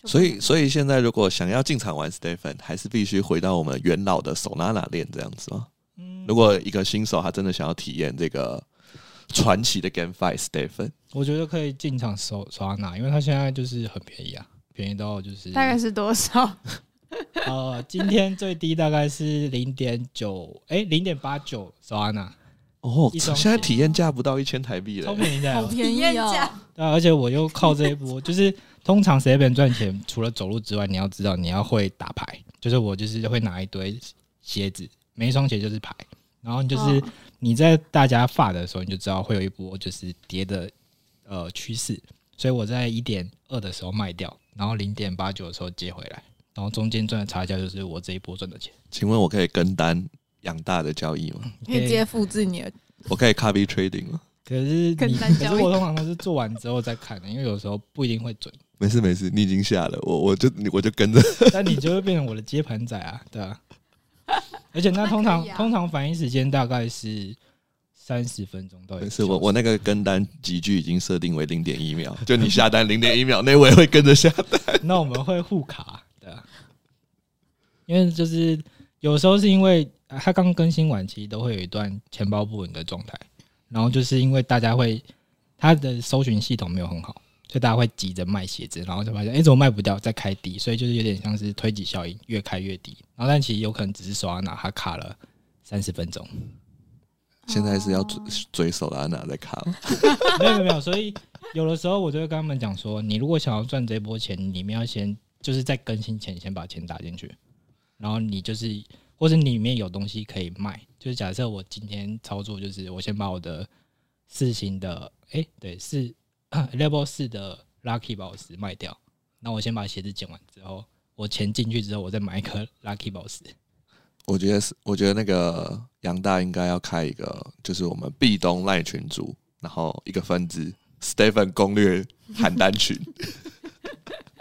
Speaker 4: 就不能，
Speaker 2: 所以所以现在如果想要进场玩 Stephen，还是必须回到我们元老的 Solana 链这样子吗？
Speaker 1: 嗯
Speaker 2: 如果一个新手他真的想要体验这个传奇的 GameFi Stephen，
Speaker 1: 我觉得可以进场手手拿拿，因为它现在就是很便宜啊，便宜到就是
Speaker 4: 大概是多少？
Speaker 1: 呃，今天最低大概是零点九，哎，零点八九手拿拿，
Speaker 2: 哦，
Speaker 1: 一双
Speaker 2: 现在体验价不到一千台币了
Speaker 1: 超
Speaker 2: 欸。
Speaker 1: 便宜的
Speaker 3: 好
Speaker 1: 哦。
Speaker 3: 便宜
Speaker 4: 体验
Speaker 3: 哦
Speaker 4: 价。
Speaker 1: <laughs> 对啊，而且我又靠这一波，就是通常谁本赚钱，除了走路之外，你要知道你要会打牌，就是我就是会拿一堆鞋子，每一双鞋就是牌，然后你就是
Speaker 4: 嗯
Speaker 1: 你在大家发的时候，你就知道会有一波就是跌的呃趋势，所以我在一点二的时候卖掉，然后零点八九的时候接回来，然后中间赚的差价就是我这一波赚的钱。
Speaker 2: 请问我可以跟单养大的交易吗？
Speaker 3: 可以直接复制你的，
Speaker 2: 我可以 copy trading 吗？
Speaker 1: 可是
Speaker 4: 更
Speaker 1: 你，
Speaker 4: 难
Speaker 1: 可
Speaker 4: 交易
Speaker 1: 是我通常都是做完之后再看的，因为有时候不一定会准，
Speaker 2: 没事没事，你已经下了，我我就你我就跟着。
Speaker 1: 但你就会变成我的接盘仔啊，对啊。而且那通常
Speaker 4: 那可以啊
Speaker 1: 通常反应时间大概是三十分钟到一个
Speaker 2: 没
Speaker 1: 小时。
Speaker 2: 事，我我那个跟单集距已经设定为零点一秒，就你下单零点一秒内，我也会跟着下单。
Speaker 1: 那我们会互卡，对啊。因为就是有时候是因为呃它刚更新晚期都会有一段钱包不稳的状态，然后就是因为大家会它的搜寻系统没有很好，所以大家会急着卖鞋子，然后就发现哎、诶怎么卖不掉，再开低，所以就是有点像是推挤效应，越开越低。然后但其实有可能只是手阿拿它卡了三十分钟，
Speaker 2: 现在是要追追手拉娜在卡了，
Speaker 1: <laughs> 没有没有没有，所以有的时候我就会跟他们讲说，你如果想要赚这波钱，你们要先就是在更新前先把钱打进去，然后你就是或者里面有东西可以卖，就是假设我今天操作就是我先把我的四星的诶，对是 <coughs> level 四的 lucky boss 卖掉，那我先把鞋子捡完之后，我钱进去之后，我再买一颗 lucky boss。
Speaker 2: 我觉得是，我觉得那个杨大应该要开一个，就是我们壁咚赖群组，然后一个分支 Stephen 攻略邯郸群，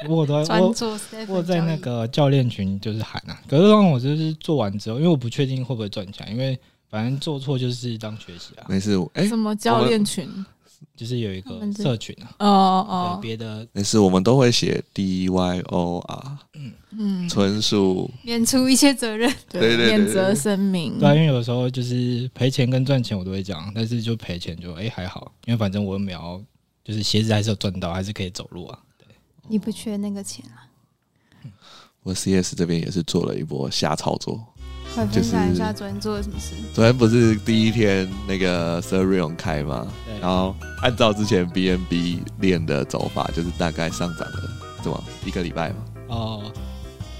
Speaker 1: 我都呃我
Speaker 4: 专注 s
Speaker 1: 我在那个教练群就是喊啊，可是让我就是做完之后，因为我不确定会不会赚钱，因为反正做错就是当学习啊，
Speaker 2: <laughs> 没事，哎、
Speaker 3: 什么教练群？
Speaker 1: 就是有一
Speaker 4: 他
Speaker 1: 个
Speaker 4: 们这
Speaker 1: 社群啊，
Speaker 3: 哦
Speaker 1: 对
Speaker 3: 哦，
Speaker 1: 别的
Speaker 2: 没事，我们都会写 D Y O R，
Speaker 3: 嗯，
Speaker 2: 纯属
Speaker 4: 免除一切责任，
Speaker 2: 对对对
Speaker 3: 免责声明
Speaker 1: 对。啊，因为有时候就是赔钱跟赚钱我都会讲，但是就赔钱就哎、还好，因为反正我又没有就是鞋子还是有赚到，还是可以走路啊。
Speaker 4: <laughs> 你不缺那个钱啊？
Speaker 2: 我 CS 这边也是做了一波瞎操作。
Speaker 4: 快分享一下昨天做了什么事。
Speaker 2: 昨天不是第一天那个 s e r i o n 开吗？
Speaker 1: 对
Speaker 2: 然后按照之前 BNB 练的走法，就是大概上涨了怎么一个礼拜嘛，
Speaker 1: 哦、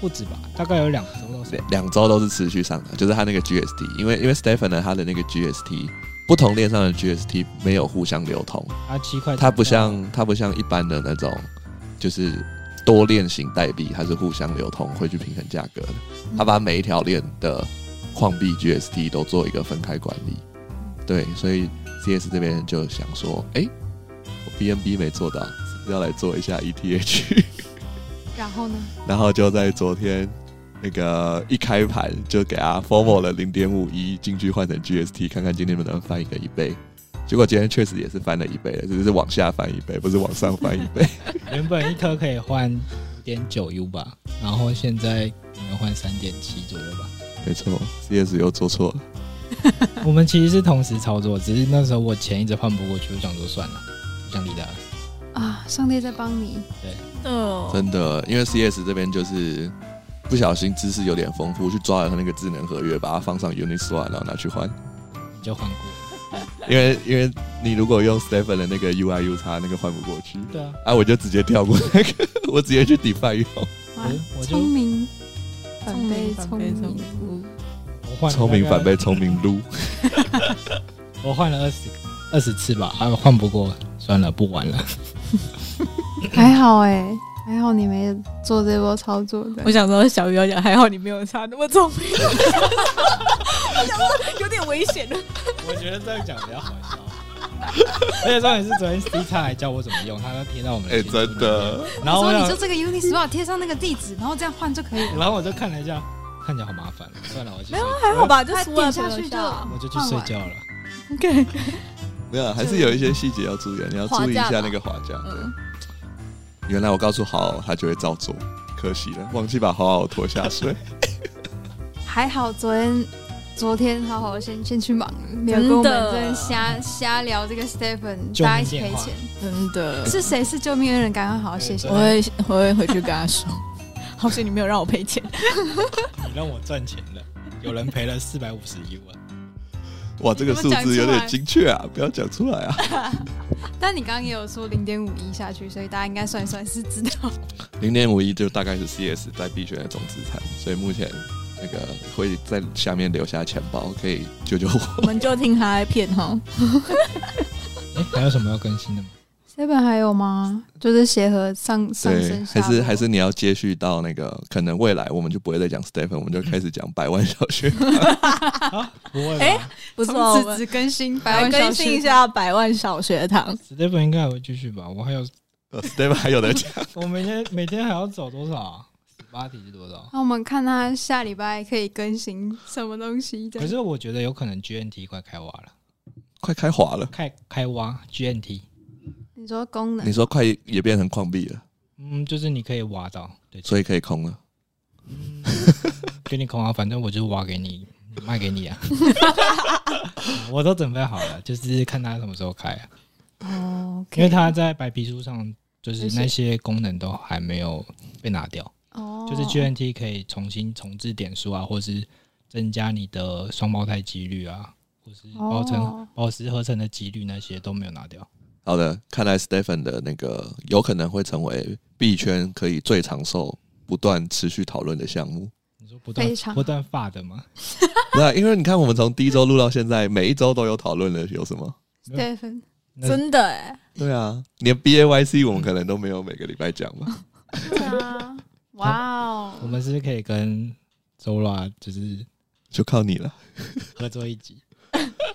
Speaker 1: 不止吧，大概有两周到三
Speaker 2: 两两周都是持续上涨，就是他那个 GST，因为因为 Stephen 呢，他的那个 GST 不同链上的 GST 没有互相流通，
Speaker 1: 啊七块，
Speaker 2: 它不像它不像一般的那种就是多链型代币，它是互相流通会去平衡价格的，它把每一条链的矿币 GST 都做一个分开管理。对，所以 CS 这边就想说，哎、我 BNB 没做到，是不是要来做一下 E ETH？
Speaker 4: 然后呢？
Speaker 2: 然后就在昨天那个一开盘就给它 formal 了零点五一进去换成 GST，看看今天能不能翻一个一倍。结果今天确实也是翻了一倍了，只是往下翻一倍，不是往上翻一
Speaker 1: <laughs>
Speaker 2: 倍。
Speaker 1: 原本一颗可以换点九 U 吧，然后现在可能换三点七左右吧。
Speaker 2: 没错，CS 又做错了。
Speaker 1: <laughs> 我们其实是同时操作，只是那时候我钱一直换不过去，我想说算了，不想理他了。
Speaker 4: 啊，上帝在帮你，
Speaker 3: 哦，
Speaker 2: 真的，因为 CS 这边就是不小心知识有点丰富，去抓了他那个智能合约，把它放上 Uniswap，然后拿去换。
Speaker 1: 你就换过。
Speaker 2: 因为因为你如果用 Stephen 的那个 UI U 叉，那个换不过去。
Speaker 1: 对啊，
Speaker 2: 啊，我就直接跳过那个，我直接去 DeFi 用。
Speaker 4: 哇
Speaker 1: 哎我就
Speaker 4: 聪明反
Speaker 3: 聪
Speaker 4: 被
Speaker 3: 明
Speaker 4: 聪
Speaker 3: 反被聪
Speaker 4: 明误。
Speaker 1: 我换了
Speaker 2: 聪明
Speaker 1: 大概
Speaker 2: 反被聪明撸。
Speaker 1: 我换了二十二十次吧，啊，换不过，算了，不玩了。
Speaker 4: 还好哎、还好你没做这波操作的
Speaker 3: 我。想说小鱼要讲，还好你没有差那么聪
Speaker 1: <laughs>
Speaker 3: <laughs> 明。我想说有点危险啊了。
Speaker 1: <laughs> 我觉得这样讲比较好笑。而且重点是昨天 C 叉还教我怎么用，他要贴到我们
Speaker 2: <laughs> 哎、
Speaker 1: 的群组里
Speaker 2: 真
Speaker 1: 面。
Speaker 2: 的，
Speaker 1: 然后我
Speaker 4: 说你
Speaker 1: 想
Speaker 4: 就这个 Uniswap 贴上那个地址，然后这样换就啊可以了。
Speaker 1: 然后我就看了一下，看起来好麻烦，算了，我去没有
Speaker 3: 还好吧，就
Speaker 4: 他点下去就
Speaker 1: 我就去睡觉了。
Speaker 3: OK。
Speaker 2: 没有，啊还是有一些细节要注意啊，你要注意一下那个滑价。
Speaker 3: 嗯，
Speaker 2: 原来我告诉好好，他就会照做，可惜了，忘记把好好拖下
Speaker 4: <laughs>
Speaker 2: 水。
Speaker 4: 还好昨天。昨天好好先先去忙了，没有跟我们
Speaker 3: 真的
Speaker 4: 这边瞎瞎聊这个 Stephen，
Speaker 1: 救命
Speaker 4: 大家一起
Speaker 1: 电
Speaker 4: 赔
Speaker 1: 话
Speaker 4: 钱，
Speaker 3: 真的，
Speaker 4: 是谁是救命恩人？赶快好好谢谢
Speaker 1: 对
Speaker 3: 我。会我会回去跟他说。好险你没有让我赔钱。
Speaker 1: 你让我赚钱了，有人赔了四百五十一万。
Speaker 2: 哇，这个数字有点精确啊，不要讲出
Speaker 4: <laughs>
Speaker 2: 来啊。
Speaker 4: 但你刚刚也有说零点五一下去，所以大家应该算一算是知道。 <laughs>
Speaker 2: 零点五一就大概是 CS 在币圈的总资产，所以目前那个会在下面留下钱包，可以救救我。
Speaker 3: 我们就听他骗哈。
Speaker 1: 哎，还有什么要更新的吗？
Speaker 4: Stephen 还有吗？就是协和上上
Speaker 2: 对，
Speaker 4: 升下
Speaker 2: 还
Speaker 4: 落，
Speaker 2: 是还是你要接续到那个，可能未来我们就不会再讲 Stephen，我们就开始讲百万小
Speaker 4: <laughs>
Speaker 2: 学。
Speaker 1: 啊，不会吧？
Speaker 3: 哎不
Speaker 4: 不
Speaker 3: 错，我
Speaker 4: 从此
Speaker 3: 们
Speaker 4: 只更新百
Speaker 3: 来
Speaker 4: 万小
Speaker 3: 更新一
Speaker 4: 时
Speaker 3: 下百万小学堂。
Speaker 1: Stephen 应该还会继续吧？我还有，
Speaker 2: 呃 Stephen 还有的
Speaker 4: <laughs>
Speaker 2: 讲，
Speaker 1: 我每天每天还要走多少啊？十八题是多少？
Speaker 4: 那我们看他下礼拜可以更新什么东西的
Speaker 1: 可。是我觉得有可能 GNT 快开挖了，
Speaker 2: 快开滑了。
Speaker 1: 开开挖 GNT，
Speaker 4: 你说功能
Speaker 2: 你，说快也变成矿币了，
Speaker 1: 嗯，就是你可以挖到，对，
Speaker 2: 所以可以空了。
Speaker 1: 嗯给你空啊，反正我就挖给你卖给你啊，我都准备好了，就是看它什么时候开啊。
Speaker 4: 哦，
Speaker 1: 因为它在白皮书上就是那些功能都还没有被拿掉，
Speaker 4: 哦，
Speaker 1: 就是 GNT 可以重新重置点数啊，或是增加你的双胞胎几率啊，或是宝成
Speaker 4: 哦
Speaker 1: 宝石合成的几率那些都没有拿掉。
Speaker 2: 好的，看来 Stephen 的那个有可能会成为币圈可以最长寿、不断持续讨论的项目。 <laughs>
Speaker 1: 你说不断
Speaker 4: 非常好
Speaker 1: 不断发的吗？
Speaker 2: 对、啊，因为你看我们从第一周录到现在，每一周都有讨论了，有什么？
Speaker 4: 对分
Speaker 1: 那
Speaker 3: 真的哎、
Speaker 2: 对啊，连 B A Y C 我们可能都没有每个礼拜讲吧。
Speaker 1: <laughs>
Speaker 4: 啊，哇哦，
Speaker 1: 我们是不是可以跟 Zora 就是
Speaker 2: 就靠你了。
Speaker 1: 合作一集？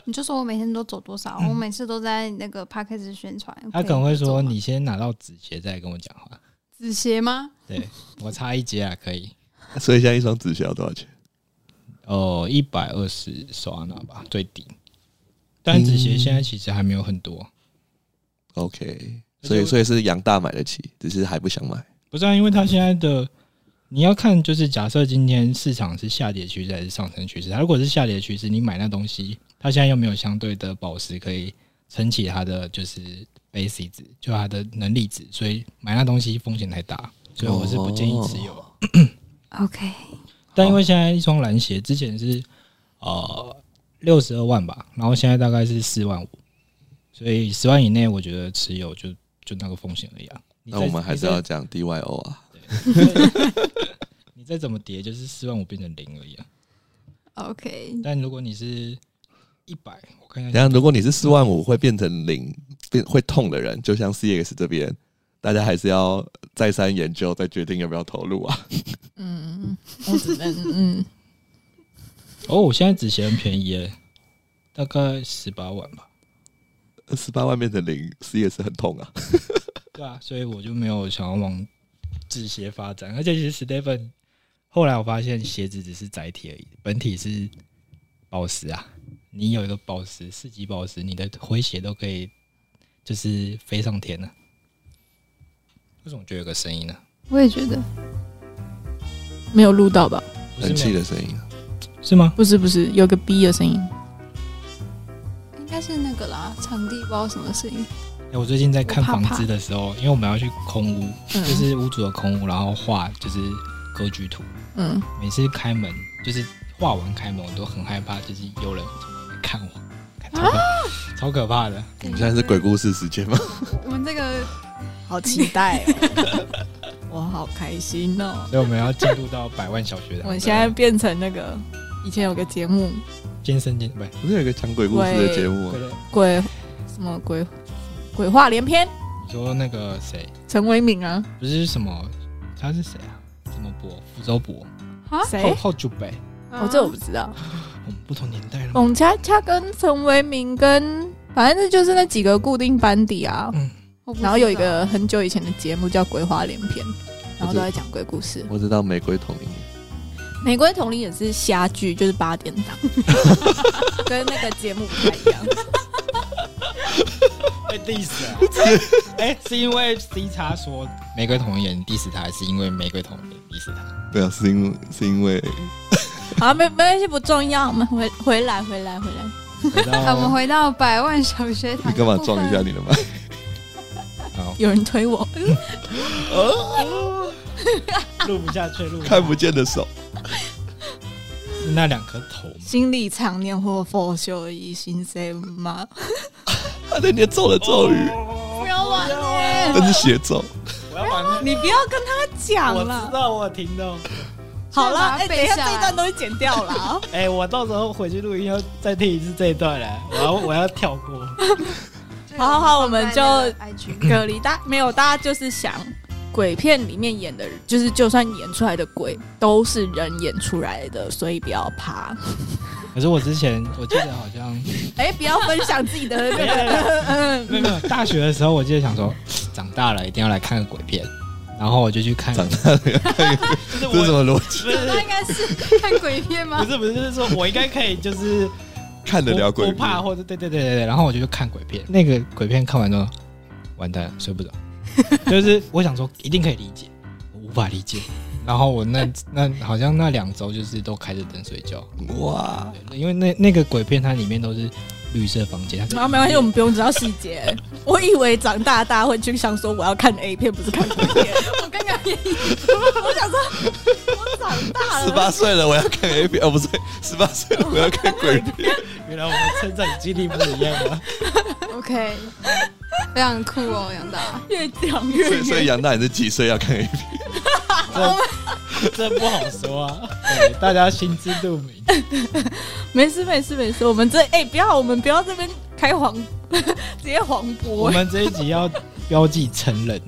Speaker 4: 你就说我每天都走多少，我
Speaker 2: 嗯
Speaker 4: 每次都在那个 p a c k a g e 宣传，
Speaker 1: 他可能会说你先拿到纸鞋再来跟我讲话。
Speaker 4: 止鞋吗？
Speaker 1: 对我差一节啊，可以。
Speaker 2: 所以现在一双纸鞋要多少钱？
Speaker 1: 哦，一百二十手安娜吧，最低。但纸
Speaker 4: 嗯
Speaker 1: 鞋现在其实还没有很多，
Speaker 2: OK，
Speaker 1: 那就
Speaker 2: 所以所以是杨大买得起，只是还不想买。
Speaker 1: 不是啊，因为它现在的你要看，就是假设今天市场是下跌趋势还是上升趋势。它如果是下跌趋势，你买那东西，它现在又没有相对的宝石可以撑起它的就是 basic 值，就它的能力值，所以买那东西风险太大，所以我是不建议持有。
Speaker 2: 哦
Speaker 4: OK，
Speaker 1: 但因为现在一双蓝鞋之前是呃六十二万吧，然后现在大概是四万五，所以十万以内我觉得持有就就那个风险而已啊。你
Speaker 2: 那
Speaker 1: 再
Speaker 2: 我们还是要讲 D Y O 啊。
Speaker 1: 你再 <laughs> 你再怎么跌，就是四万五变成零而已啊。
Speaker 4: OK，
Speaker 1: 但如果你是一百，我看一
Speaker 2: 等
Speaker 1: 下
Speaker 2: 一下，如果你是四万五会变成零，变会痛的人，就像 C X 这边，大家还是要再三研究，再决定要不要投入啊。 <laughs>
Speaker 3: 嗯，我只能嗯，
Speaker 1: 哦，我现在只鞋很便宜耶，大概十八万吧。
Speaker 2: 十八万变成零，C X 很痛啊。
Speaker 1: 对啊，所以我就没有想要往制鞋发展。而且其实 Stephen 后来我发现鞋子只是载体而已，本体是宝石啊。你有一个宝石四级宝石，你的灰鞋都可以就是飞上天了、为什么就有个声音呢？
Speaker 4: 我也觉得
Speaker 3: 没有录到吧？
Speaker 1: 不是
Speaker 2: 冷气
Speaker 1: 没有
Speaker 2: 的声音啊，
Speaker 1: 是吗？
Speaker 3: 不是不是，有个 B 的声音，
Speaker 4: 应该是那个啦，场地不知道什么声音，
Speaker 1: 哎、我最近在看
Speaker 4: 我怕
Speaker 1: 房
Speaker 4: 怕
Speaker 1: 子的时候，因为我们要去空屋，
Speaker 3: 嗯
Speaker 1: 就是屋主的空屋，然后画就是格局图。
Speaker 3: 嗯，
Speaker 1: 每次开门就是画完开门，我都很害怕，就是有人从外面看我，超
Speaker 3: 啊
Speaker 1: 可、超可怕的。
Speaker 2: 我们现在是鬼故事时间吗？
Speaker 4: 我们这个
Speaker 3: 好期待、哦， <laughs> 我好开心哦！
Speaker 1: 所以我们要进入到百万小学堂。
Speaker 3: <laughs> 我现在变成那个以前有个节目，
Speaker 1: 健身健不是
Speaker 2: <laughs> 不是有一个讲鬼故事的节目
Speaker 1: 对
Speaker 2: 吗？
Speaker 1: 对，
Speaker 3: 鬼什么鬼鬼话连篇，
Speaker 1: 你说那个谁
Speaker 3: 陈为民啊，
Speaker 1: 不是什么他是谁啊？什么博？福州博？
Speaker 4: 啊
Speaker 1: 后
Speaker 3: 谁？
Speaker 1: 后主北？
Speaker 3: 我哦这我
Speaker 4: 嗯
Speaker 3: 不知道。
Speaker 1: 我们不同年代了吗。
Speaker 3: 董恰恰哦跟陈为民跟反正就是那几个固定班底啊，
Speaker 1: 嗯，
Speaker 4: 我不知道
Speaker 3: 然后有一个很久以前的节目叫《鬼话连篇》，然后都在讲鬼故事。
Speaker 2: 我知道玫瑰同音，
Speaker 3: 玫瑰同林也是瞎剧，就是八点
Speaker 1: <laughs>
Speaker 3: 档，跟那个节目不太一样。
Speaker 1: 被 diss 啊！哎，是因为 C 叉说玫瑰童颜 diss 他，还是因为玫瑰童颜 diss 他？
Speaker 2: 对啊，是因为是因为
Speaker 3: 好，没没关系，不重要。我们回回来，回来，回来。
Speaker 1: 回到
Speaker 4: 好我们回到百万小学堂，
Speaker 2: 你干嘛撞一下？你的麦？ <laughs>
Speaker 1: 好
Speaker 3: 有人推
Speaker 1: <laughs>
Speaker 3: 我，
Speaker 1: 录不下去，录下去
Speaker 2: 看不见的手，
Speaker 1: 是那两颗头吗？
Speaker 3: 心里常年或佛修一心谁吗？
Speaker 2: 他在念咒的咒语，
Speaker 3: 不要
Speaker 1: 啊
Speaker 3: 玩了、
Speaker 2: 那是邪咒。
Speaker 1: 我要把
Speaker 3: 啊你不要跟他讲
Speaker 1: 我
Speaker 3: 了
Speaker 1: 知。道，我听到。
Speaker 3: 好了，哎、
Speaker 4: 现
Speaker 3: 等一下
Speaker 4: 在把它背下
Speaker 3: 这
Speaker 4: 来
Speaker 3: 一段都会剪掉了啊。
Speaker 1: 哎、我到时候回去录音要再听一次这一段嘞，我要我要跳过。
Speaker 3: 好好好我们就
Speaker 4: 就
Speaker 3: 隔离大没有，大家就是想鬼片里面演的，就是就算演出来的鬼都是人演出来的，所以不要怕。 <laughs>
Speaker 1: 可是我之前我记得好像
Speaker 3: 哎、不要分享自己的
Speaker 2: <laughs>
Speaker 3: 那
Speaker 1: 没有没有
Speaker 3: 个
Speaker 1: 没有没有大学的时候，我记得想说长大了一定要来看个鬼片，然后我就去看。
Speaker 2: 长大了，
Speaker 1: 就是
Speaker 2: 这是什
Speaker 1: 我
Speaker 2: 么逻辑？
Speaker 1: 不是
Speaker 4: 那应
Speaker 3: <laughs>
Speaker 4: 该是看鬼片吗
Speaker 1: 不？是不是，就是说我应该可以就是
Speaker 2: 看得了鬼
Speaker 1: 不
Speaker 2: 片
Speaker 1: 怕或者对对对对对，然后我就去看鬼片。那个鬼片看完之后， <laughs> 完蛋了，睡不着。就是我想说一定可以理解，我无法理解。然后我 <laughs> 那那好像那两周就是都开着灯睡觉，
Speaker 2: 哇，
Speaker 1: 对因为那那个鬼片它里面都是绿色房间，它是
Speaker 3: 啊，没关系，我们不用知道细节。我以为长大大家会去想说我要看 A 片，不是看鬼片。
Speaker 4: 我刚刚也
Speaker 3: 我想说，我长大
Speaker 2: 十
Speaker 3: 了，
Speaker 2: 八岁了我要看 A 片，哦不是，十八岁了我要看鬼片，
Speaker 1: 原来我们成长经历不一样啊 <laughs> 吗？
Speaker 4: OK，非常酷哦，杨大。
Speaker 3: 越讲
Speaker 2: <laughs>
Speaker 3: 越
Speaker 2: 所以所以
Speaker 3: 远。
Speaker 2: 杨大你是几岁要看 A 片？
Speaker 1: 这这不好说啊，对，大家心知肚明。
Speaker 3: 没事没事没事，我们这哎、不要我们不要这边开黄， <laughs> 直接黄
Speaker 1: <laughs> 我
Speaker 3: 播
Speaker 1: 们这一集要标记成人，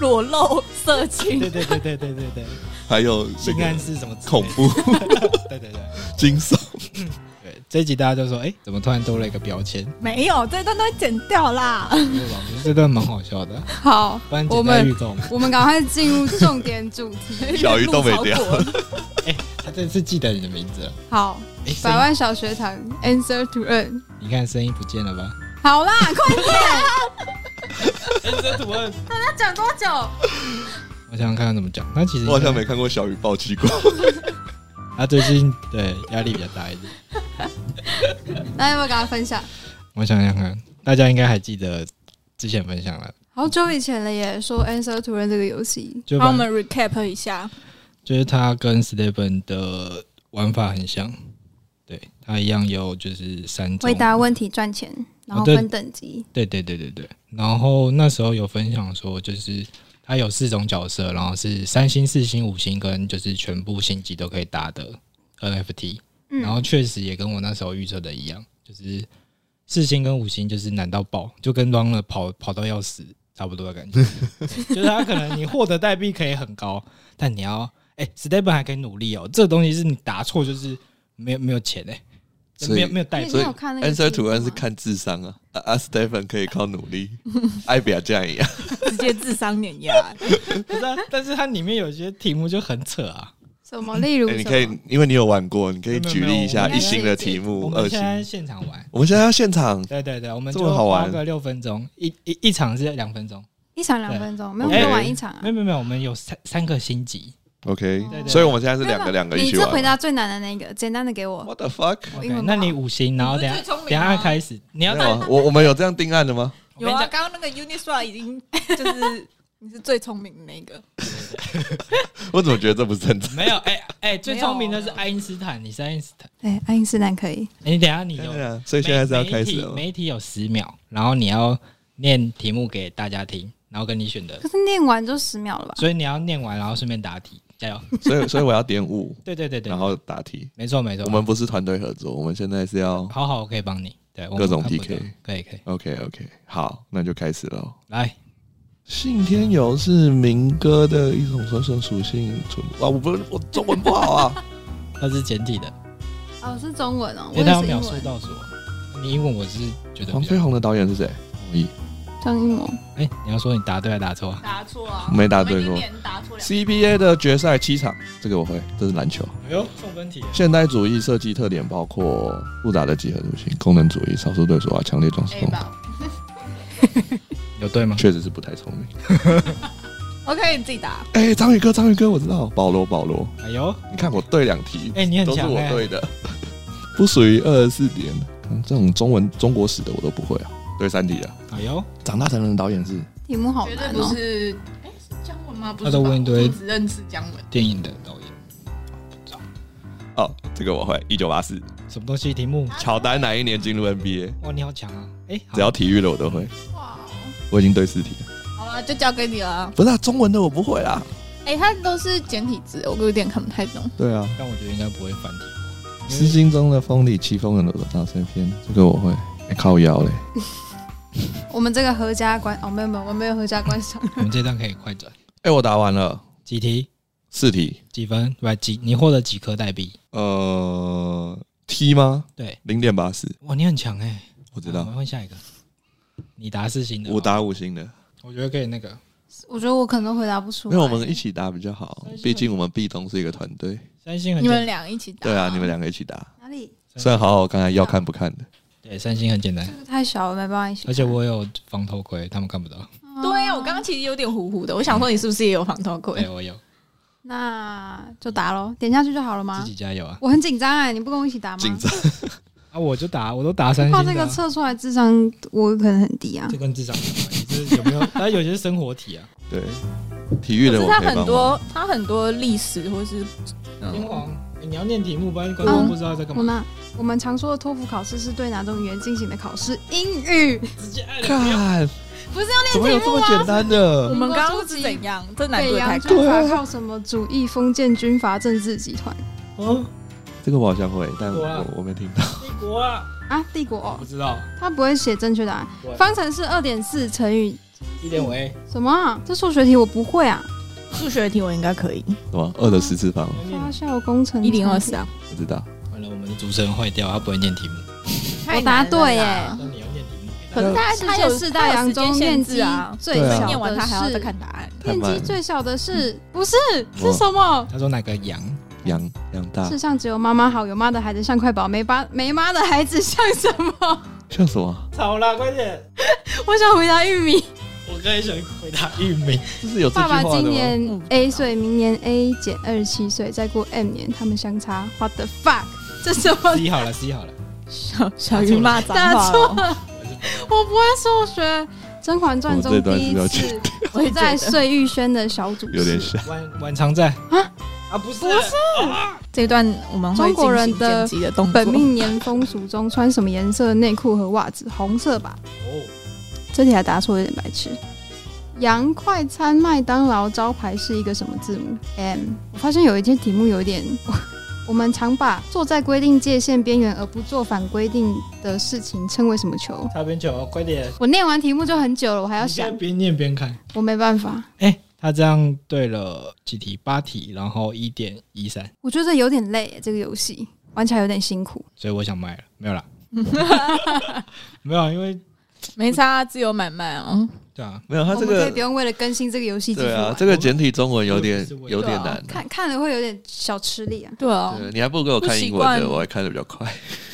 Speaker 3: 裸露色
Speaker 1: 对
Speaker 3: 情，
Speaker 1: 对对 <laughs> 对对对对，
Speaker 2: 还有那
Speaker 1: 性暗
Speaker 2: 个
Speaker 1: 示什么之类的
Speaker 2: 恐，怖、
Speaker 1: <laughs> 对对对
Speaker 2: 惊悚，
Speaker 1: 对，这一集大家就说，哎，怎么突然多了一个标签？
Speaker 3: 没有这段都剪掉啦。
Speaker 1: 对吧？这段蛮好笑的，
Speaker 4: 好，
Speaker 1: 不然
Speaker 4: 嗯我
Speaker 1: 简单预
Speaker 4: 们
Speaker 1: 告嘛。
Speaker 4: 我们赶快进入重点主
Speaker 2: <laughs>
Speaker 4: 题。
Speaker 2: 小鱼都没
Speaker 3: 越
Speaker 2: 掉
Speaker 3: 录超过
Speaker 1: 哎他这次记得你的名字了，
Speaker 4: 好，
Speaker 1: 哎，声
Speaker 4: 百
Speaker 1: 音
Speaker 4: 万小学堂 Answer to N。
Speaker 1: 你看声音不见了吧？
Speaker 4: 好啦， <laughs> 快点！
Speaker 1: 这图案，
Speaker 4: 要讲多久？
Speaker 1: 我想想看看怎么讲。那其实
Speaker 2: <laughs> 我好像没看过小雨爆气过。
Speaker 1: 他最近对压力比较大一点。
Speaker 4: 那要不要跟他分享？
Speaker 1: 我想想看，大家应该还记得之前分享了，
Speaker 4: 好久以前了耶，说 Answer to N 这个游戏，
Speaker 1: 就
Speaker 3: 帮
Speaker 1: 把
Speaker 3: 我们 recap 一下，
Speaker 1: 就是它跟 Stephen 的玩法很像，对，它一样有就是三种
Speaker 4: 回。答问题赚钱，然后
Speaker 1: 哦对
Speaker 4: 分等级。
Speaker 1: 对对对对对。然后那时候有分享说，就是它有四种角色，然后是三星、四星、五星跟就是全部星级都可以打的 NFT。
Speaker 4: 嗯
Speaker 1: 然后确实也跟我那时候预测的一样，就是四星跟五星就是难到爆，就跟 r u n n e 跑跑到要死差不多的感
Speaker 2: <laughs>
Speaker 1: 觉。就是他可能你获得代币可以很高，但你要哎、s t e p e n 还可以努力哦。这个东西是你答错就是没有没有钱哎、
Speaker 2: 所以
Speaker 1: 没有没有代
Speaker 4: 你
Speaker 1: 币
Speaker 2: 所以
Speaker 4: 有看那个
Speaker 2: Answer to
Speaker 4: 记录
Speaker 2: N 是
Speaker 4: 吗
Speaker 2: 看智商啊，啊啊 Stephen 可以靠努力，艾比亚这样一啊样。
Speaker 3: 直接智商碾压。 <laughs>
Speaker 1: 不是、啊，但是它里面有些题目就很扯啊。
Speaker 4: 什么？例如
Speaker 2: 哎，
Speaker 4: 什
Speaker 2: 你
Speaker 4: 么？
Speaker 2: 可以，因为你有玩过，你可
Speaker 1: 没
Speaker 2: 以
Speaker 1: 有
Speaker 2: 举
Speaker 1: 没有
Speaker 2: 例一下
Speaker 1: 我们
Speaker 2: 一星的题
Speaker 1: 我
Speaker 2: 目、
Speaker 1: 们
Speaker 2: 二
Speaker 1: 现
Speaker 2: 星。
Speaker 1: 在现场玩，
Speaker 2: 我们现在要现场，
Speaker 1: 对对对，我们
Speaker 2: 这
Speaker 1: 就
Speaker 2: 么好玩
Speaker 1: 花个六分钟，一一一场是两分钟，
Speaker 4: 一场两分钟，没有
Speaker 1: 哎
Speaker 4: 没玩一场啊
Speaker 1: 没。有没有没有，我们有三三个星级，
Speaker 2: OK，
Speaker 4: 对
Speaker 1: 对
Speaker 2: 所以我们现在是两个
Speaker 4: 没有
Speaker 2: 两个一
Speaker 4: 你
Speaker 2: 起
Speaker 4: 就回
Speaker 2: 玩。
Speaker 4: 答最难的那个，简单的给我。
Speaker 2: What the fuck？
Speaker 3: 哦
Speaker 4: 我
Speaker 1: OK，
Speaker 4: 英文不
Speaker 1: 那
Speaker 4: 好
Speaker 1: 你五星，然后等下
Speaker 3: 你不是最聪明啊
Speaker 1: 等下
Speaker 3: 吗
Speaker 1: 开始，你要
Speaker 2: 没有
Speaker 1: 到
Speaker 2: 啊，我我们有这样定案的吗？ <laughs>
Speaker 1: 我
Speaker 3: 有
Speaker 1: 跟你
Speaker 3: 啊，
Speaker 1: 讲
Speaker 3: 刚刚那个 Uniswap 已经就是 <laughs> 你是最聪明的那个，
Speaker 2: 我怎么觉得这不是正常？
Speaker 1: 没有，哎哎，最
Speaker 3: 没有
Speaker 1: 聪明的是爱因斯坦，你是爱因斯坦，
Speaker 4: 哎，爱因斯坦可以。
Speaker 1: 哎你等下你有
Speaker 2: 对啊，所以现在是要开始了吗？
Speaker 1: 媒体有十秒，然后你要念题目给大家听，然后跟你选的，
Speaker 4: 可是念完就十秒了吧？
Speaker 1: 所以你要念完，然后顺便答题，加
Speaker 2: <laughs>
Speaker 1: 油！
Speaker 2: 所以所以我要点五，
Speaker 1: 对对对对
Speaker 2: 然，后答题。
Speaker 1: 没错没错，
Speaker 2: 我们不是团队合作，我们现在是要
Speaker 1: 好好，我可以帮你，对，我们
Speaker 2: 各种
Speaker 1: 看不
Speaker 2: PK
Speaker 1: 懂可以可以，
Speaker 2: OK OK，好，那就开始喽。
Speaker 1: 来，
Speaker 2: 信天游是民歌的一种传说属性，纯啊，我不我中文不好
Speaker 1: <laughs>
Speaker 2: 啊。
Speaker 1: 它是简体的，
Speaker 4: 哦，是中文
Speaker 2: 哎
Speaker 4: 哦，我
Speaker 1: 因为
Speaker 4: 也
Speaker 1: 它要
Speaker 4: 是
Speaker 1: 哎
Speaker 4: 英
Speaker 1: 描述
Speaker 4: 文。
Speaker 1: 倒数，你英文我是觉得
Speaker 2: 黄
Speaker 1: 比
Speaker 2: 飞
Speaker 1: 较，
Speaker 2: 鸿的导演是谁？同意。
Speaker 4: 张艺谋，
Speaker 1: 哎，你要说你答对还是答错啊？
Speaker 3: 答错啊
Speaker 2: 没答对过我们已
Speaker 3: 答错
Speaker 2: CBA 的决赛七场，这个我会，这是篮球。
Speaker 1: 哎呦，送分题，
Speaker 2: 现代主义设计特点包括复杂的几何图形、功能主义、少数对手啊、强烈重视功
Speaker 1: 哎
Speaker 2: 能，
Speaker 3: 吧
Speaker 1: 有对吗？
Speaker 2: 确实是不太聪明。
Speaker 3: ？OK，你自己答。
Speaker 2: 哎、章宇哥，章宇哥，我知道，保罗，保罗，
Speaker 1: 哎呦，
Speaker 2: 你看我对两题，
Speaker 1: 哎，你很
Speaker 2: 都是
Speaker 1: 强
Speaker 2: 我
Speaker 1: 哎，
Speaker 2: 对的， <laughs> 不属于二十四点。嗯这种中文中国史的我都不会啊，对三题啊。
Speaker 1: 哎呦，
Speaker 2: 长大成人的导演是
Speaker 4: 题目好难哦。
Speaker 3: 是，哎、是姜文吗？不
Speaker 1: 他都问一堆
Speaker 3: 只认识姜文。
Speaker 1: 电影的导演，
Speaker 2: 哦，这个我会，一九八四。
Speaker 1: 什么东西题目？
Speaker 2: 乔丹哪一年进入 NBA？
Speaker 1: 哇，你好强啊！哎，好
Speaker 2: 只要体育的我都会，
Speaker 3: 哇，
Speaker 2: 我已经对四题了。
Speaker 3: 好了，就交给你了啊。
Speaker 2: 不是啊，中文的我不会啦。
Speaker 3: 哎、它都是简体字，我有点看不太懂。
Speaker 2: 对啊，
Speaker 1: 但我觉得应该不会繁体。
Speaker 2: 《诗经》中的风里起风人的大声篇，这个我会。哎靠腰嘞，
Speaker 4: 我们这个合家观哦，没有没有，我没有合家观赏。
Speaker 1: 我们这段可以快转。
Speaker 2: 哎、我答完了
Speaker 1: <laughs> 几题？
Speaker 2: 四题，
Speaker 1: 几分？不几？你获得几颗代币？
Speaker 2: 呃，T 吗？
Speaker 1: 对，
Speaker 2: 零点八四，
Speaker 1: 哇，你很强哎！
Speaker 2: 我知
Speaker 1: 好我
Speaker 2: 道
Speaker 1: 们。换下一个。你答四星的，
Speaker 2: 我，答五星的，
Speaker 1: 我觉得可以那个
Speaker 4: 我觉得我可能回答不出
Speaker 2: 没
Speaker 4: 来。
Speaker 2: 有我们一起答比较好，毕竟我们壁咚是一个团队。
Speaker 4: 啊
Speaker 1: 三星很
Speaker 3: 你
Speaker 1: 简
Speaker 3: 们
Speaker 1: 单。
Speaker 3: 俩一起答。
Speaker 2: 对啊，你们两个一起答。
Speaker 4: 哪里？
Speaker 2: 虽然好好刚才要看不看的，
Speaker 1: 对，三星很简单
Speaker 4: 这，个太小了，没办法一起看。
Speaker 1: 而且我有防头盔，他们看不到。
Speaker 4: 啊
Speaker 3: 对啊，我刚刚其实有点糊糊的，我想说你是不是也有防头盔
Speaker 1: 对，？我有。
Speaker 4: 那就打喽，点下去就好了吗
Speaker 1: 自？己加油啊！
Speaker 4: 我很紧张哎，你不跟我一起打吗？
Speaker 2: 紧张，
Speaker 1: 啊，我就打，我都打三星
Speaker 4: 靠
Speaker 1: 的
Speaker 4: 这
Speaker 1: 啊、
Speaker 4: 哦个测出来智商，我可能很低啊
Speaker 1: 这。跟智商有关系，这是有没有？ <laughs> 啊，有些是生活题啊，
Speaker 2: 对，体育
Speaker 3: 可
Speaker 2: 的
Speaker 3: 是
Speaker 2: 我
Speaker 3: 它
Speaker 2: 可以帮
Speaker 3: 很
Speaker 2: 忙
Speaker 3: 多，它很多历史或是
Speaker 1: 英
Speaker 2: 嗯，
Speaker 1: 皇、欸你要念题目，不然观众不知道在干
Speaker 4: 嗯我
Speaker 1: 嘛。
Speaker 4: 那我们常说的托福考试是对哪种语言进行的考试？英语。
Speaker 1: 直接按两秒
Speaker 2: 看，
Speaker 4: 不是要练
Speaker 2: 怎么有这么简单的
Speaker 3: 我？们刚刚
Speaker 4: 初
Speaker 3: 是
Speaker 4: 级
Speaker 3: 怎样？这 <laughs> 难
Speaker 4: 北
Speaker 3: 度也太
Speaker 4: 洋
Speaker 3: 高
Speaker 4: 军阀靠什么主义封建军阀政治集团
Speaker 1: 哦，
Speaker 2: 这个我好像会，但
Speaker 1: 我啊
Speaker 2: 我我没听
Speaker 4: <laughs>
Speaker 2: 到。
Speaker 1: 帝国啊，
Speaker 4: 啊？帝国哦、
Speaker 1: 不知道
Speaker 4: 他不会写正确答案
Speaker 1: 不会。
Speaker 4: 方程式二点四乘以
Speaker 1: 一点五 A，
Speaker 4: 什么、啊？这数学题我不会啊。
Speaker 3: 数学题我应该可以，
Speaker 2: 什么二的十次方？
Speaker 1: 嗯
Speaker 4: 发酵工程
Speaker 3: 一零二四
Speaker 4: 啊，
Speaker 3: 啊，
Speaker 2: 不知道。
Speaker 1: 完了，我们的主持人坏掉，他不会念题目。
Speaker 4: 我答对耶。
Speaker 1: 那你要念题目，
Speaker 3: 可是它
Speaker 4: 世
Speaker 3: 它
Speaker 4: 界
Speaker 3: 有
Speaker 4: 四 <laughs> 大洋中面积
Speaker 3: 啊，
Speaker 4: 最
Speaker 2: 对啊
Speaker 4: 小的
Speaker 3: 念完它还要再看嗯
Speaker 4: 是
Speaker 3: 答案。
Speaker 2: 太
Speaker 4: 面
Speaker 2: 慢
Speaker 4: 积
Speaker 2: 了，
Speaker 4: 最小的是不是是什么？
Speaker 1: 他说哪个羊？
Speaker 2: 羊羊大
Speaker 4: 世上只有妈妈好，有妈的孩子像块宝，没爸没妈的孩子像什么？ <laughs>
Speaker 2: 像什么？
Speaker 1: 吵啦，快点！
Speaker 4: 我想回答玉米。
Speaker 1: 我刚才想回答玉 <laughs> 米，
Speaker 2: 这是有这句话
Speaker 4: 爸爸
Speaker 2: 的吗
Speaker 4: 今？年
Speaker 3: 嗯
Speaker 4: A 岁，明年 A 减二十七岁，再过 M 年，他们相差 What the fuck？这什么？
Speaker 2: <laughs>
Speaker 1: C 好了，C 好了，
Speaker 3: 小小鱼骂脏话哦
Speaker 4: 打
Speaker 3: 了，
Speaker 1: 我是白
Speaker 4: 我不会数学，《甄嬛传》中第一次 <laughs>
Speaker 3: 我也
Speaker 4: 处在
Speaker 3: 觉得
Speaker 4: 碎玉轩的小主持，
Speaker 2: <laughs> 有点像。
Speaker 1: 人晚晚常在啊啊，不是不是，
Speaker 3: 这段我们会
Speaker 4: 中国人
Speaker 3: 进行
Speaker 4: 的
Speaker 3: 剪辑的动作
Speaker 4: 本命年风俗中穿什么颜色的内裤和袜子？红色吧？
Speaker 1: 哦，
Speaker 4: 这题还答错，有点白痴。洋快餐麦当劳招牌是一个什么字母？M。我发现有一些题目有一点， <laughs> 我们常把坐在规定界限边缘而不做反规定的事情称为什么球？
Speaker 1: 擦边球，快点！
Speaker 4: 我念完题目就很久了，我还要
Speaker 1: 你现在
Speaker 4: 想，
Speaker 1: 边念边看。
Speaker 4: 我没办法，
Speaker 1: 哎、他这样对了几题？八题，然后一点一三，
Speaker 4: 我觉得有点累，这个游戏玩起来有点辛苦。
Speaker 1: 所以我想卖了，没有
Speaker 2: <laughs>
Speaker 1: 啦，没有啊，因为
Speaker 3: 没差，自由买卖啊。
Speaker 1: 对啊，
Speaker 2: 没有，他
Speaker 4: 我
Speaker 2: 这
Speaker 4: 们可以
Speaker 2: 个
Speaker 4: 不用为了更新这个游戏继续
Speaker 2: 对啊
Speaker 4: 玩，
Speaker 2: 这个简体中文有点
Speaker 1: 这个不是我
Speaker 2: 有点
Speaker 3: 对啊
Speaker 2: 难。
Speaker 4: 看看了会有点小吃力啊。
Speaker 3: 对啊，
Speaker 2: 对，你还不如给我看英
Speaker 3: 不习
Speaker 2: 文的，
Speaker 3: 惯
Speaker 2: 我还看的比较快。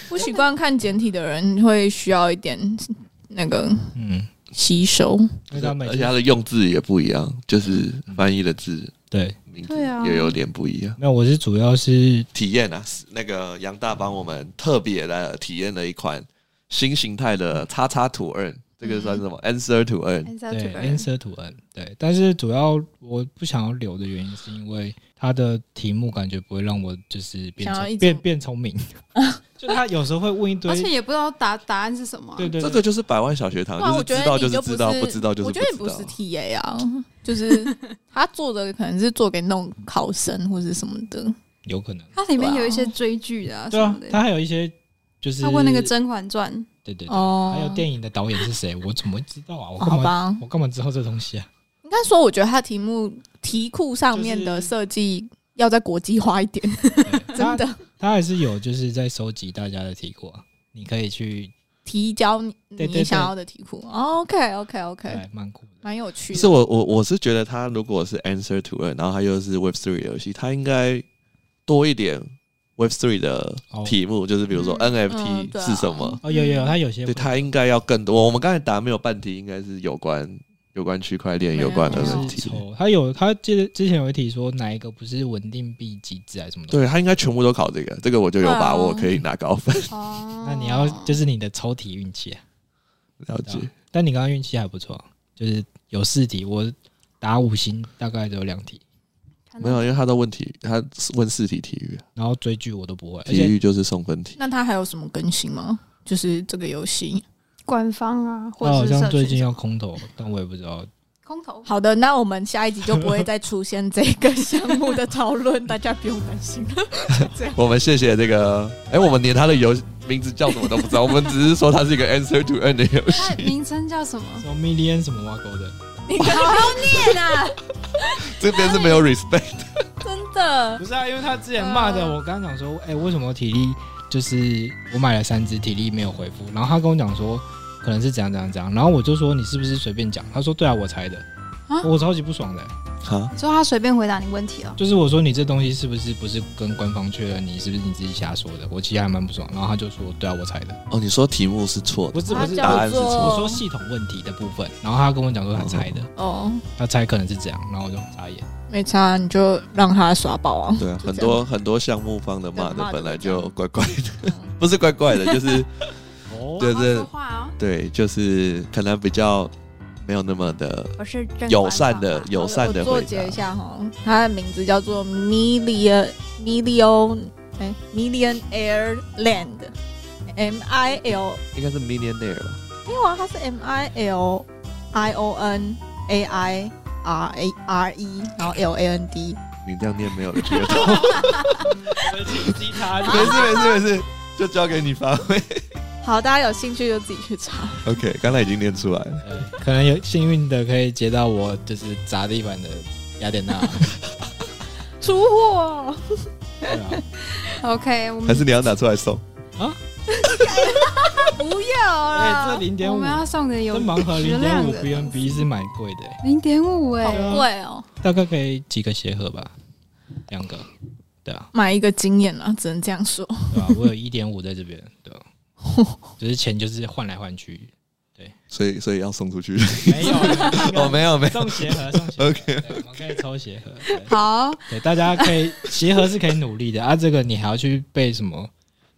Speaker 3: 不习惯看简体的人会需要一点那个
Speaker 1: 嗯，
Speaker 3: 吸收。
Speaker 1: 因为他每
Speaker 2: 而
Speaker 1: 次
Speaker 2: 且它的用字也不一样，就是翻译的字
Speaker 1: 对，
Speaker 2: 名字
Speaker 4: 对啊
Speaker 2: 也有点不一样。
Speaker 1: 没有，我是主要是
Speaker 2: 体验啊，是那个杨大帮我们特别来呃体验了一款新形态的叉叉图案，这个算什么？Answer
Speaker 3: 嗯
Speaker 2: 图案。
Speaker 1: 对 answer 图案，对，但是主要我不想要留的原因是因为它的题目感觉不会让我就是变
Speaker 3: 想要一
Speaker 1: 聪
Speaker 3: 直
Speaker 1: 变变聪
Speaker 2: <laughs>
Speaker 1: 明，就他有时候会问一堆
Speaker 4: 而，且也不知道答答案是什么啊、
Speaker 1: 对对
Speaker 2: 这
Speaker 1: 对，
Speaker 2: 个就是百万小学堂，
Speaker 3: 哇，
Speaker 2: 就是
Speaker 3: 我觉
Speaker 2: 知
Speaker 3: 得
Speaker 2: 道就
Speaker 3: 你
Speaker 2: 是
Speaker 3: 不
Speaker 2: 知道，不知道就是
Speaker 3: 我
Speaker 2: 知
Speaker 3: 觉
Speaker 2: 道。
Speaker 3: 得你不是 TA 啊，就是他做的可能是做给那种考生或者什么的。
Speaker 1: 有可能，
Speaker 4: 它里面有一些追剧的啊
Speaker 1: 对
Speaker 4: 什
Speaker 1: 啊
Speaker 4: 么，的。
Speaker 1: 他还有一些就是
Speaker 4: 他问那个《甄嬛传》，
Speaker 1: 对对对，
Speaker 3: 哦
Speaker 1: 还有电影的导演是谁，我怎么会知道啊？我
Speaker 3: 好
Speaker 1: 干嘛
Speaker 3: 吧，
Speaker 1: 我干嘛知道这东西啊？
Speaker 3: 应该说，我觉得他题目题库上面的设计要在国际化一点，
Speaker 1: 对
Speaker 3: <laughs> 真
Speaker 1: 他
Speaker 3: 的
Speaker 1: 他还是有就是在收集大家的题库啊，你可以去
Speaker 3: 提交你
Speaker 1: 对对
Speaker 3: 你想要的题库。OK OK
Speaker 1: 对
Speaker 3: OK，，
Speaker 1: 蛮酷的。
Speaker 3: 蛮有趣
Speaker 2: 不
Speaker 3: 的。
Speaker 2: 是我我我是觉得它如果是 Answer to It，然后它又是 Web Three 游戏，它应该多一点 Web Three 的题目，就是比如说
Speaker 4: 嗯
Speaker 3: 嗯
Speaker 2: NFT
Speaker 3: 对啊
Speaker 2: 是什么，
Speaker 1: 哦，有有有，他有些会
Speaker 2: 对它应该要更多。我们刚才答没有半题，应该是有关有关区块链、
Speaker 3: 没有
Speaker 2: 有关
Speaker 3: 它
Speaker 1: 就
Speaker 2: NFT
Speaker 1: 是。抽，他有他之之前有一题说哪一个不是稳定币机制还是什么东西？
Speaker 2: 对他应该全部都考这个，这个我就有把握
Speaker 3: 对啊
Speaker 2: 可以拿
Speaker 1: <laughs>
Speaker 2: 高分。
Speaker 4: 哦，
Speaker 1: 那你要就是你的抽题运气、啊，
Speaker 2: 了解，
Speaker 1: 但你刚刚运气还不错，啊就是有四题，我打五星大概只有两题，
Speaker 2: 没有，因为他都问题，他问四题体育，
Speaker 1: 然后追剧我都不会，而
Speaker 2: 体
Speaker 1: 且
Speaker 2: 育就是送分题。
Speaker 3: 那它还有什么更新吗？就是这个游戏。
Speaker 4: 官方啊，或
Speaker 1: 他好
Speaker 4: 者是
Speaker 1: 像
Speaker 4: 社
Speaker 1: 最
Speaker 4: 群
Speaker 1: 近要空投，但我也不知道。
Speaker 4: 空投。
Speaker 3: 好的，那我们下一集就不会再出现这个项目的讨论，大家不用担心。
Speaker 2: 我们谢谢这个，哎、我们连他的游名字叫什么都不知
Speaker 3: <laughs>
Speaker 2: 道，我们只是说它是一个 Answer to N 的游戏。
Speaker 3: 哎
Speaker 4: 它名称叫什么？
Speaker 1: 什么 million 什么挖沟的，
Speaker 3: 你不要念啊！
Speaker 2: 这边是没有 respect，
Speaker 3: 真
Speaker 1: <laughs>
Speaker 3: 的
Speaker 1: 不，是啊，因为他之前骂的，我刚刚讲说，哎、为什么体力就是我买了三只体力没有回复，然后他跟我讲说可能是怎样怎样怎样，然后我就说你是不是随便讲，他说对啊，我猜的，
Speaker 4: 啊
Speaker 1: 我超级不爽的、
Speaker 2: 哈，
Speaker 4: 所以他随便回答你问题哦。
Speaker 1: 就是我说你这东西是不是不是跟官方确认，你是不是你自己瞎说的？我其实还蛮不爽。然后他就说，对啊，我猜的，
Speaker 2: 哦，你说题目是错的，
Speaker 1: 不是不是
Speaker 3: 他叫
Speaker 2: 答案是
Speaker 3: 做
Speaker 2: 错的。
Speaker 1: 我说系统问题的部分，然后他跟我讲说他猜的，
Speaker 3: 哦，
Speaker 1: 他猜可能是这样，然后我就眨眼。
Speaker 3: 没差，你就让他耍宝啊。
Speaker 2: 对啊，
Speaker 3: 就
Speaker 2: 很
Speaker 3: 这样
Speaker 2: 多很多项目方的骂的
Speaker 3: 骂的
Speaker 2: 本来
Speaker 3: 这样
Speaker 2: 就怪怪的， <laughs> 不是怪怪的，
Speaker 1: <laughs>
Speaker 2: 就是
Speaker 1: 哦
Speaker 2: 对对
Speaker 4: 好好说话哦，
Speaker 2: 对，就是可能比较没有那么的
Speaker 4: 我是啊正
Speaker 2: 友善
Speaker 4: 官
Speaker 2: 的
Speaker 4: 方
Speaker 2: 友善的
Speaker 3: 我我
Speaker 2: 回
Speaker 3: 作
Speaker 2: 答
Speaker 3: 结一。下哈，他的名字叫做 Million Million 哎 Million Air Land M I L，
Speaker 2: 应该是 millionaire 吧？
Speaker 3: 因为它是 M I L I O N A I R A R E，然后 L A N D。
Speaker 2: 你这样念没有人听得 <laughs> 懂，
Speaker 1: 他
Speaker 2: 没事没事没事，就交给你发挥。
Speaker 3: 好，大家有兴趣就自己去查。
Speaker 2: OK，刚才已经念出来了，
Speaker 1: 呃 <laughs> 可能有幸运的可以接到我就是砸地板的雅典娜，
Speaker 3: 出货，
Speaker 1: 对啊， <laughs>
Speaker 4: OK，我
Speaker 2: 还
Speaker 4: 们
Speaker 2: 是你要拿出来送？
Speaker 4: 不要
Speaker 1: 哎
Speaker 4: 了，
Speaker 1: 这0.5
Speaker 4: 我们要送的有
Speaker 1: 这盲盒
Speaker 4: 质
Speaker 1: 零点
Speaker 4: 量
Speaker 1: 五
Speaker 4: 的
Speaker 1: B N B 是蛮贵的、
Speaker 4: 零点五哎，
Speaker 1: 好
Speaker 3: 贵哦，
Speaker 1: 大概可以几个鞋盒吧，两个，对啊，
Speaker 3: 买一个经验啊，只能这样说。
Speaker 1: 对啊，我有一点五在这边，对、啊，只是钱就是换来换去，
Speaker 2: 所以所以要送出去？
Speaker 1: 没 <laughs> 有，
Speaker 2: <laughs> 哦，没有没 <laughs> 有，
Speaker 1: 送鞋盒，送鞋盒对我们可以抽鞋盒，对
Speaker 4: 好，
Speaker 1: 对，大家可以鞋盒是可以努力的啊，这个你还要去背什么，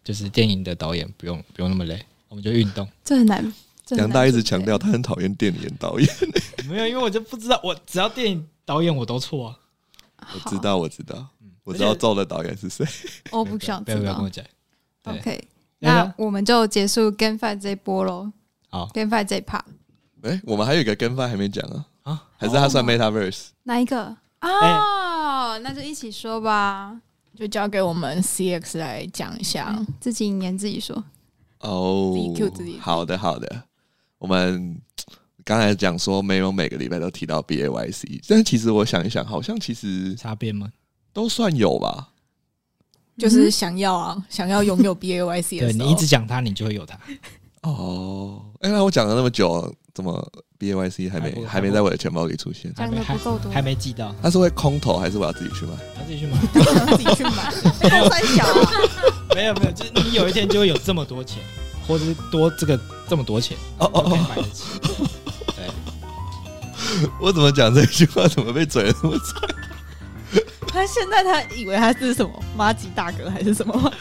Speaker 1: 就是电影的导演，不用不用那么累，我们就运动。
Speaker 4: 这很难。这很
Speaker 2: 杨
Speaker 4: 难
Speaker 2: 大一直
Speaker 4: 准
Speaker 2: 强
Speaker 4: 备
Speaker 2: 调他很讨厌电影导演，
Speaker 1: 没有，因为我就不知道，我只要电影导演我都错啊，
Speaker 2: 我知，道我知道，我知
Speaker 1: 而
Speaker 2: 道
Speaker 1: 且
Speaker 2: 咒的导演是谁。
Speaker 4: 好我不想
Speaker 1: 不要
Speaker 4: 知
Speaker 1: 不要跟
Speaker 4: 道
Speaker 1: 我。讲，对
Speaker 4: OK，
Speaker 1: 那
Speaker 4: 那我们就结束 GameFi 这一波喽。
Speaker 1: 好
Speaker 4: ，GameFi 这一 part
Speaker 2: 哎、我们还有一个跟饭还没讲啊，
Speaker 1: 啊，
Speaker 2: 还是它算
Speaker 4: 哦
Speaker 2: MetaVerse？
Speaker 4: 哪一个？
Speaker 1: 哎
Speaker 4: 哦，那就一起说吧，
Speaker 3: 就交给我们 CX 来讲一下。
Speaker 1: 嗯
Speaker 4: 自己引言自己说。
Speaker 2: 哦、
Speaker 3: 自己 cue 自己
Speaker 2: 好的好的，我们刚才讲说没有每个礼拜都提到 BAYC，但其实我想一想，好像其实
Speaker 1: 擦边吗？
Speaker 2: 都算有吧。
Speaker 3: 就是想要啊，想要拥有 BAYC 的哦
Speaker 1: 对
Speaker 3: 时候，
Speaker 1: 你一直讲他，你就会有他。
Speaker 2: 哦，哎、那我讲了那么久，怎么 BAYC 还
Speaker 1: 还
Speaker 2: 没
Speaker 1: 不
Speaker 2: 还没在我的钱包里出现？
Speaker 4: 讲的不够多，
Speaker 1: 还没寄到，
Speaker 2: 它是会空投还是我要自己去买？
Speaker 1: 他自己去买。
Speaker 3: <laughs> 自己去买，那个三小啊，
Speaker 1: <laughs> 没有没有，就是你有一天就会有这么多钱，或者是多这个这么多钱，
Speaker 2: 哦
Speaker 1: 都可以
Speaker 2: 哦
Speaker 1: 买得起。对，
Speaker 2: 哦，我怎么讲这句话，怎么被嘴了那么惨？
Speaker 3: 他现在他以为他是什么马吉大哥还是什么？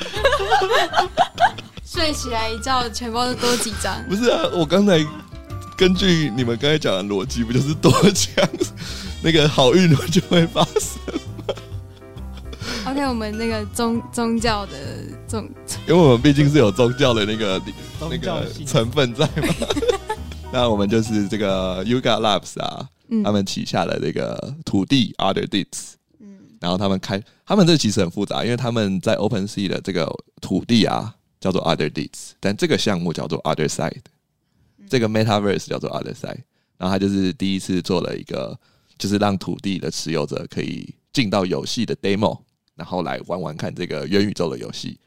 Speaker 4: 睡起来一觉，钱包就多几
Speaker 1: <laughs>
Speaker 4: 张。
Speaker 2: 不是啊，我刚才根据你们刚才讲的逻辑，不就是多讲 <laughs> 那个好运就会发生？
Speaker 4: OK，我们那个宗宗教的宗，
Speaker 2: 因为我们毕竟是有宗教的那个那
Speaker 1: 宗教
Speaker 2: 个
Speaker 1: 性
Speaker 2: 成分在嘛。
Speaker 1: <laughs>
Speaker 2: 那我们就是这个 Yuga Labs 啊，
Speaker 4: 嗯
Speaker 2: 他们旗下的这个土地 Other Deeds，
Speaker 4: 嗯
Speaker 2: 然后他们开，他们这其实很复杂，因为他们在 Open Sea 的这个土地啊叫做 Other Deeds，但这个项目叫做 Other Side，这
Speaker 4: 嗯
Speaker 2: 个 Metaverse 叫做 Other Side，然后他就是第一次做了一个，就是让土地的持有者可以进到游戏的 demo，然后来玩玩看这个元宇宙的游戏。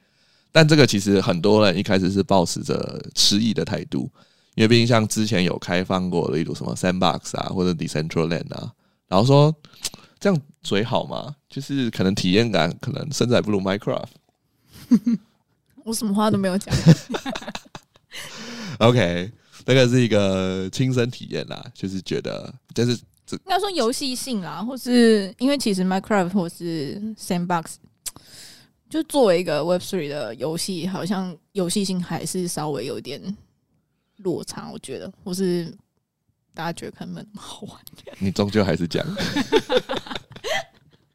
Speaker 2: 但这个其实很多人一开始是抱持着迟疑的态度，因为毕竟像之前有开放过，例如什么 Sandbox 啊，或者 Decentraland 啊，然后说嘖这样嘴好吗？就是可能体验感可能甚至还不如 Minecraft。
Speaker 3: <laughs> 我什么话都没有讲，
Speaker 2: OK，那个是一个亲身体验啦，就是觉得，但是
Speaker 3: 应该说游戏性啦，或是因为其实 Minecraft 或是 Sandbox，就作为一个 Web Three 的游戏，好像游戏性还是稍微有点落差，我觉得，或是大家觉得可能没那么好玩，
Speaker 2: 你终究还是 <laughs> 讲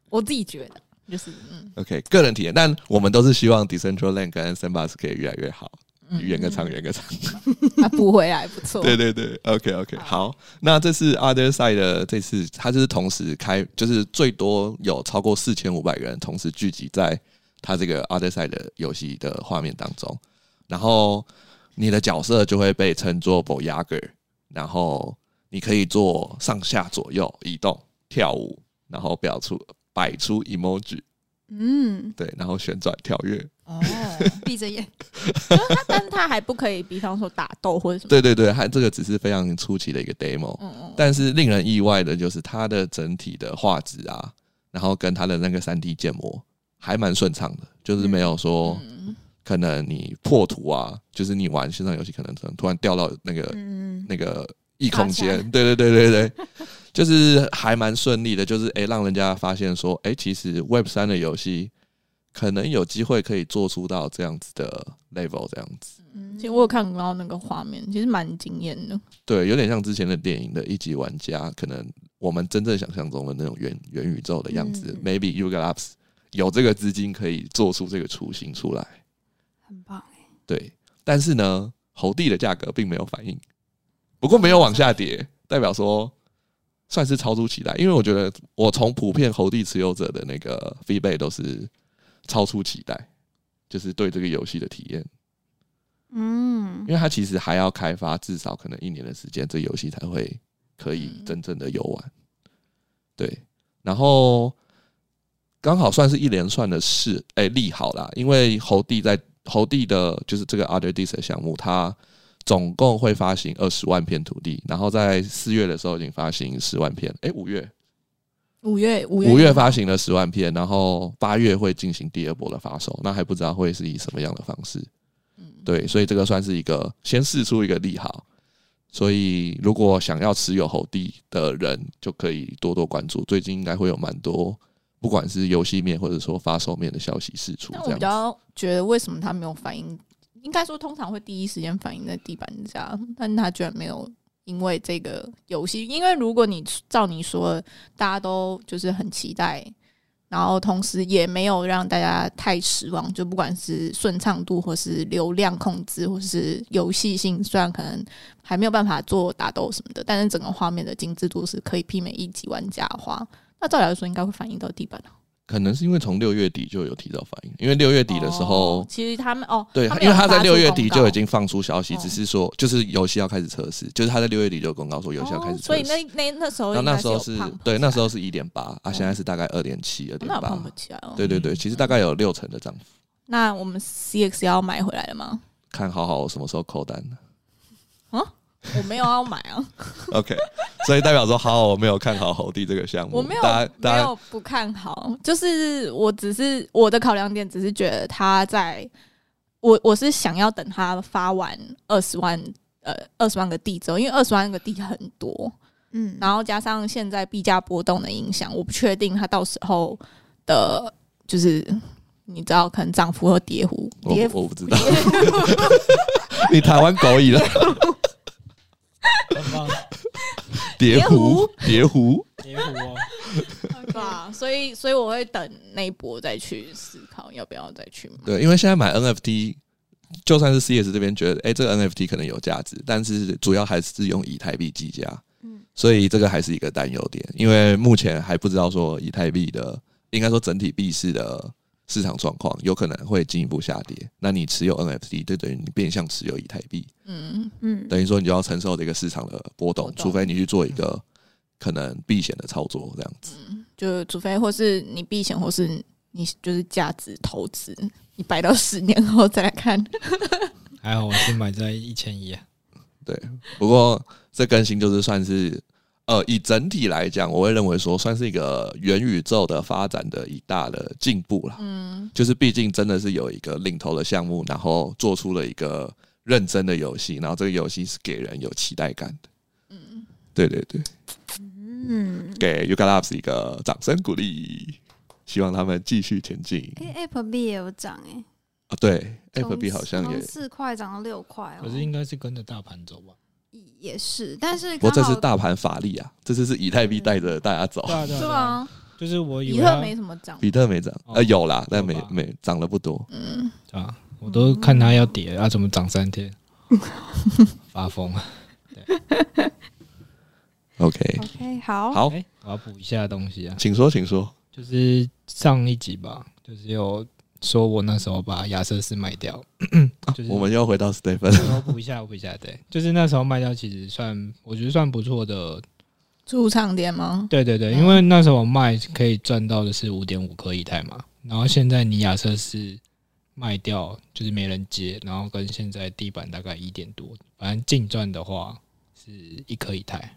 Speaker 3: 我自己觉得就是嗯
Speaker 2: OK 个人体验，但我们都是希望 Decentraland 跟 Sandbox 可以越来越好，
Speaker 3: 嗯，
Speaker 2: 远个长，远个长。
Speaker 3: 他补回来不错，
Speaker 2: 对对对，OK OK，
Speaker 3: 好
Speaker 2: 好，那这次 Other Side 的这次，它就是同时开，就是最多有超过四千五百个人同时聚集在它这个 Other Side 的游戏的画面当中，然后你的角色就会被称作 Voyager，然后你可以做上下左右移动、跳舞，然后表出摆出 emoji，
Speaker 4: 嗯，
Speaker 2: 对，然后旋转跳跃，
Speaker 3: 哦，
Speaker 4: 闭着眼。
Speaker 3: 那但是它还不可以，比方说打斗或者什么。
Speaker 2: 对对对，还这个只是非常初期的一个 demo，
Speaker 3: 嗯嗯，
Speaker 2: 但是令人意外的就是它的整体的画质啊，然后跟它的那个三 D 建模还蛮顺畅的，就是没有说
Speaker 3: 嗯
Speaker 2: 可能你破图啊，就是你玩线上游戏可能可能突然掉到那个
Speaker 3: 嗯，
Speaker 2: 那个异空
Speaker 4: 爬
Speaker 2: 间
Speaker 4: 墙，
Speaker 2: 对对对对对，就是还蛮顺利的，就是诶，让人家发现说，诶，其实 Web 三的游戏可能有机会可以做出到这样子的 level，这样子，
Speaker 3: 其实我有看到那个画面，其实蛮惊艳的。
Speaker 2: 对，有点像之前的电影的一级玩家，可能我们真正想象中的那种元元宇宙的样子、
Speaker 3: 嗯
Speaker 2: m a y b e Yuga Labs 有这个资金可以做出这个雏形出来，
Speaker 4: 很棒，欸
Speaker 2: 对，但是呢，猴帝的价格并没有反应，不过没有往下跌，代表说算是超出期待。因为我觉得我从普遍猴帝持有者的那个 feedback 都是超出期待，就是对这个游戏的体验，
Speaker 4: 嗯
Speaker 2: 因，为它其实还要开发至少可能一年的时间，这个游戏才会可以
Speaker 3: 嗯
Speaker 2: 真正的游玩。对，然后刚好算是一连串的事，哎、利好啦，因为猴帝在猴帝的就是这个 Other d i s 的项目，它总共会发行二十万片土地，然后在四月的时候已经发行十万片，哎、五月
Speaker 3: 五月五月
Speaker 2: 五月发行了十万片，然后八月会进行第二波的发售，那还不知道会是以什么样的方式。
Speaker 3: 嗯
Speaker 2: 对，所以这个算是一个先试出一个利好，所以如果想要持有猴帝的人，就可以多多关注。最近应该会有蛮多，不管是游戏面或者说发售面的消息释出
Speaker 3: 但，
Speaker 2: 这
Speaker 3: 我
Speaker 2: 样
Speaker 3: 比
Speaker 2: 子。
Speaker 3: 较觉得为什么他没有反应？应该说通常会第一时间反应在地板下， <laughs> 但他居然没有因为这个游戏，因为如果你照你说的，大家都就是很期待，然后同时也没有让大家太失望，就不管是顺畅度，或是流量控制，或是游戏性，虽然可能还没有办法做打斗什么的，但是整个画面的精致度是可以媲美一级玩家的话，那照理来说应该会反映到地板啊
Speaker 2: 可能是因为从六月底就有提早反应，因为六月底的时候，
Speaker 3: 哦其实他们哦，
Speaker 2: 对，
Speaker 3: 他们
Speaker 2: 因为
Speaker 3: 有
Speaker 2: 他在
Speaker 3: 发
Speaker 2: 六
Speaker 3: 出
Speaker 2: 月底
Speaker 3: 公
Speaker 2: 就
Speaker 3: 告
Speaker 2: 已经放出消息，
Speaker 3: 哦
Speaker 2: 只是说就是游戏要开始测试，就是他在六月底就有公告说游戏要开始
Speaker 3: 哦
Speaker 2: 测试、
Speaker 3: 所以那那那时候
Speaker 2: 然后
Speaker 3: 应
Speaker 2: 那
Speaker 3: 该
Speaker 2: 时
Speaker 3: 有
Speaker 2: 候
Speaker 3: 胖
Speaker 2: 是
Speaker 3: 胖起来，
Speaker 2: 对，那时候是一点八啊，
Speaker 3: 嗯
Speaker 2: 现在是大概二点七、二点
Speaker 3: 那我
Speaker 2: 八
Speaker 3: 胖不，起来哦。
Speaker 2: 对对对，其实大概有六成的涨幅。
Speaker 3: 那我们 CX 要买回来
Speaker 2: <laughs>
Speaker 3: 了吗？
Speaker 2: 看好好我什么时候扣单。
Speaker 3: 我没有要买啊，
Speaker 2: OK，所以代表说好好我没有看好猴帝这个项目，
Speaker 3: 我没有
Speaker 2: 大家
Speaker 3: 没
Speaker 2: 大家
Speaker 3: 有不看好，就是我只是我的考量点，只是觉得他在我我是想要等他发完二十万呃二十万个地之后，因为二十万个地很多，
Speaker 4: 嗯，
Speaker 3: 然后加上现在币价波动的影响，我不确定它到时候的，就是你知道，可能涨幅和跌幅，
Speaker 2: 我
Speaker 3: 跌幅
Speaker 2: 我不知道， <laughs> 你台湾狗语了，
Speaker 1: 很棒，
Speaker 2: 蝶
Speaker 3: 狐
Speaker 2: 狐蝶狐，
Speaker 1: 截胡哦，
Speaker 3: 吧，所以所以我会等那一波再去思考要不要再去买。
Speaker 2: 对，因为现在买 NFT。就算是 CS 这边觉得，哎、这个 NFT 可能有价值，但是主要还是用以太币计价，
Speaker 4: 嗯
Speaker 2: 所以这个还是一个担忧点，因为目前还不知道说以太币的，应该说整体币市的市场状况有可能会进一步下跌。那你持有 NFT，就等于你变相持有以太币，
Speaker 3: 嗯，
Speaker 4: 嗯，
Speaker 2: 等于说你就要承受这个市场的波动
Speaker 3: 波，动
Speaker 2: 除非你去做一个可能避险的操作，这样子。
Speaker 3: 就除非或是你避险，或是你就是价值投资，你摆到十年后再来看。
Speaker 1: 还好我是买在一千一，啊
Speaker 2: 不过这更新就是算是，呃，以整体来讲，我会认为说算是一个元宇宙的发展的一大的进步啦。
Speaker 3: 嗯，
Speaker 2: 就是毕竟真的是有一个领头的项目，然后做出了一个认真的游戏，然后这个游戏是给人有期待感的。嗯，对对对，
Speaker 4: 嗯，
Speaker 2: 给 Yuga Labs 一个掌声鼓励，希望他们继续前进
Speaker 4: 哎、a p p l e 币也有涨哎、
Speaker 2: 啊。对
Speaker 4: 从
Speaker 2: ，FB 好像也，
Speaker 4: 四块涨到六块哦
Speaker 1: 可，是应该是跟着大盘走吧？
Speaker 4: 也是，但是
Speaker 2: 不过这
Speaker 4: 刚好
Speaker 2: 次大盘乏力啊，这次是以太币带着大家走
Speaker 1: 对，啊，对啊，
Speaker 3: 是
Speaker 1: 对啊，
Speaker 3: 吗？
Speaker 1: 就是我以
Speaker 3: 比
Speaker 1: 为
Speaker 3: 特
Speaker 1: 它
Speaker 3: 没什么涨，
Speaker 2: 比特没涨，
Speaker 1: 哦
Speaker 2: 呃有啦，但没
Speaker 1: 有吧
Speaker 2: 没涨了不多。
Speaker 3: 嗯，
Speaker 1: 对啊，我都看它要跌，啊，怎么涨三
Speaker 4: <laughs>
Speaker 1: 天？发疯！
Speaker 2: OK，
Speaker 4: OK 好，
Speaker 2: 好，
Speaker 1: 哎，我要补一下东西啊，
Speaker 2: 请说，请说。
Speaker 1: 就是上一集吧，就是有说我那时候把亚瑟士卖掉，
Speaker 2: 啊
Speaker 1: 就是
Speaker 2: 我们又回到 Stephen，
Speaker 1: 我补一下，我补一下，对，就是那时候卖掉，其实算我觉得算不错的，
Speaker 3: 驻唱点吗？
Speaker 1: 对对对，
Speaker 3: 嗯
Speaker 1: 因为那时候我卖可以赚到的是五点五颗以太嘛，然后现在尼亚瑟是卖掉就是没人接，然后跟现在地板大概一点多，反正净赚的话是一颗一台。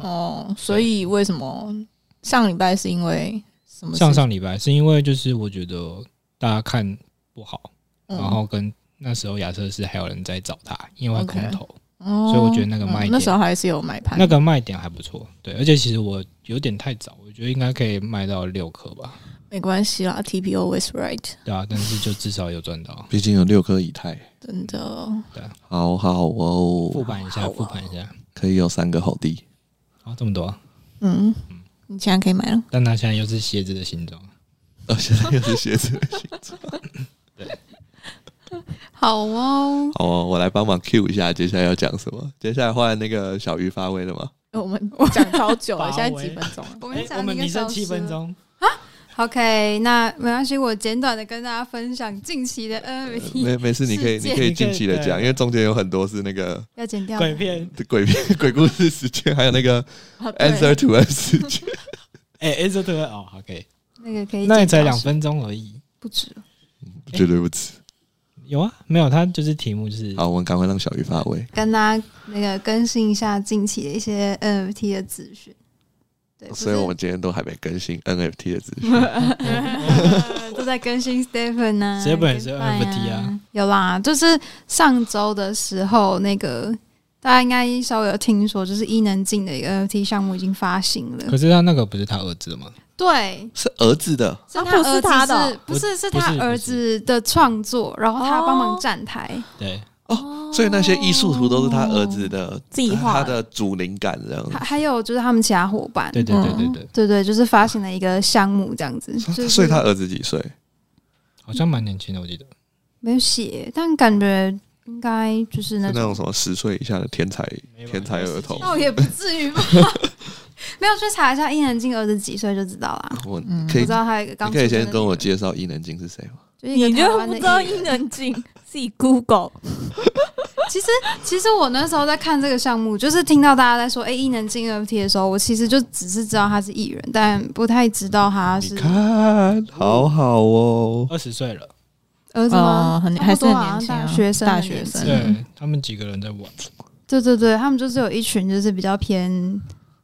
Speaker 3: 哦，所以为什么上礼拜是因为什么事？
Speaker 1: 上上礼拜是因为就是我觉得大家看不好，
Speaker 3: 嗯，
Speaker 1: 然后跟那时候亚瑟士还有人在找他，因为
Speaker 3: OK
Speaker 1: 空投
Speaker 3: 哦，
Speaker 1: 所以我觉得那个卖
Speaker 3: 嗯
Speaker 1: 点
Speaker 3: 那时候还是有买盘，
Speaker 1: 那个卖点还不错，对，而且其实我有点太早，我觉得应该可以卖到六颗吧，
Speaker 3: 没关系啦，TP always right，
Speaker 1: 对啊，但是就至少有赚到，
Speaker 2: 毕竟有六颗以太，
Speaker 3: 真的。
Speaker 2: 好好
Speaker 1: 复
Speaker 2: 哦，
Speaker 1: 盘一
Speaker 4: 啊
Speaker 1: 下，复盘一下，
Speaker 2: 可以有三个好弟。
Speaker 1: 好，这么多啊，
Speaker 3: 嗯，你现在可以买了。
Speaker 1: 但他现在又是鞋子的形状，
Speaker 2: 呃，现在又是鞋子的形状。
Speaker 4: 好哦，
Speaker 2: 好哦，我来帮忙 Q 一下，接下来要讲什么？接下来换那个小鱼发威了吗？
Speaker 3: 我们讲超久
Speaker 1: <laughs>
Speaker 3: 了，
Speaker 1: 八
Speaker 3: 现在
Speaker 1: 位
Speaker 3: 几分钟了？
Speaker 4: 我
Speaker 1: 哎
Speaker 4: 们讲
Speaker 1: 我
Speaker 4: 了
Speaker 1: 们
Speaker 4: 一个
Speaker 1: 你
Speaker 4: 小
Speaker 1: 剩
Speaker 4: 时
Speaker 1: 七分
Speaker 4: 了
Speaker 1: 钟，
Speaker 4: OK，那没关系，我简短的跟大家分享近期的
Speaker 1: 呃
Speaker 4: NFT，、
Speaker 2: 没没事，你可以
Speaker 4: 世界
Speaker 2: 你可以尽情的讲，
Speaker 1: 对
Speaker 2: 因为中间有很多是那个 <laughs>
Speaker 4: 要剪掉
Speaker 1: 鬼
Speaker 4: 了。
Speaker 1: 片，
Speaker 2: 鬼片、鬼故事时间，还有那个
Speaker 3: 啊对
Speaker 2: answer to us 时间。
Speaker 1: 哎，哎，这个哦，好，可以，
Speaker 4: 那个可以，
Speaker 1: 那也才两，分钟而已，
Speaker 4: 不止。
Speaker 2: 绝对不止。
Speaker 1: 有啊，没有，他就是题目就是
Speaker 4: 哦
Speaker 2: 好，我们赶快让小鱼发威。
Speaker 4: 跟大家那个更新一下近期的一些 NFT 的资讯。对，不是
Speaker 2: 所以我们今天都还没更新 NFT 的资讯。
Speaker 4: 呃都在更新 Stephen 啊
Speaker 1: Stephen 也是
Speaker 4: Goodbye 啊
Speaker 1: NFT 啊，
Speaker 4: 有啦，就是上周的时候，那个大家应该稍微有听说，就是伊能静的一个 NFT 项目已经发行了
Speaker 1: <laughs> 可。是他那个不是他儿子的吗？
Speaker 4: 对，
Speaker 2: 是儿子的，
Speaker 4: 是
Speaker 3: 啊不是他的哦
Speaker 4: 儿子是
Speaker 1: 不
Speaker 4: 不是是
Speaker 1: 不是
Speaker 4: 他
Speaker 1: 不是
Speaker 4: 儿子的创作，然后他帮忙
Speaker 3: 哦
Speaker 4: 站台。
Speaker 1: 对，
Speaker 2: 所以那些艺术图都是他儿子的
Speaker 3: 自己画
Speaker 2: 他
Speaker 3: 的
Speaker 2: 的主灵感这样
Speaker 4: 还。还有就是他们其他伙伴，
Speaker 1: 对对对对对，
Speaker 4: 对对，就是发行了一个项目这样子，就是
Speaker 2: 所以他儿子几岁？
Speaker 1: 好像蛮年轻的，我记得。
Speaker 4: 没有写，但感觉应该就是那
Speaker 2: 是那
Speaker 4: 种，
Speaker 2: 种什么十岁以下的天才
Speaker 1: 没有
Speaker 2: 天才儿童？
Speaker 4: 倒也不至于 <laughs> 吧。没有去查一下伊能静儿子几岁就知道啦。
Speaker 2: 我
Speaker 3: 嗯
Speaker 2: 可以
Speaker 4: 我知，道他有一个刚
Speaker 2: 你
Speaker 4: 出
Speaker 2: 可
Speaker 4: 生的
Speaker 2: 以
Speaker 4: 女儿，
Speaker 2: 先跟我介绍伊能静是谁吗？
Speaker 4: 就是一个
Speaker 3: 你就
Speaker 4: 台湾
Speaker 3: 不
Speaker 4: 的
Speaker 3: 知道
Speaker 4: 艺
Speaker 3: 伊
Speaker 4: 人
Speaker 3: 能静，自己 Google
Speaker 4: 其实，其实我那时候在看这个项目，就是听到大家在说“哎、伊能静 NFT” 的时候，我其实就只是知道他是艺人，但不太知道他
Speaker 2: 你
Speaker 4: 是
Speaker 2: 看，好好哦。
Speaker 1: 二十岁了，
Speaker 4: 儿子吗？
Speaker 3: 哦很
Speaker 4: 差
Speaker 3: 还
Speaker 4: 不多
Speaker 3: 是很
Speaker 4: 啊
Speaker 3: 年轻啊
Speaker 4: 大学生的
Speaker 3: 大学
Speaker 4: 年纪
Speaker 3: 生嗯
Speaker 1: 对他们几个人在玩，
Speaker 4: 对对对，他们就是有一群就是比较偏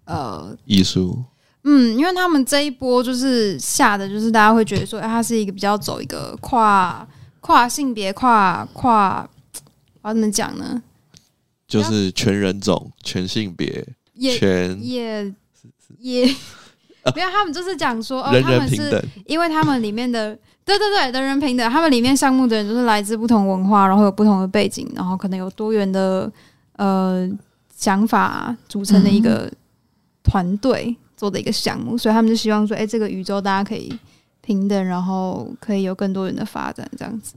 Speaker 4: 呃
Speaker 2: 艺术，
Speaker 4: 嗯，因为他们这一波就是下的，就是大家会觉得说，哎、他是一个比较走一个跨跨性别、跨跨，我要怎么讲呢？
Speaker 2: 就是全人种、全性别、
Speaker 4: 也
Speaker 2: 全
Speaker 4: 也也 <laughs> 没有，他们就是讲说，哦，
Speaker 2: 人
Speaker 4: 他
Speaker 2: 人
Speaker 4: 们
Speaker 2: 平
Speaker 4: 是
Speaker 2: 等。
Speaker 4: 因为他们里面的，对对对，人人平等，他们里面项目的人就是来自不同文化，然后有不同的背景，然后可能有多元的呃想法组成的一个团队做的一个项目，所以他们就希望说，哎，这个宇宙大家可以平等，然后可以有更多元的发展，这样子。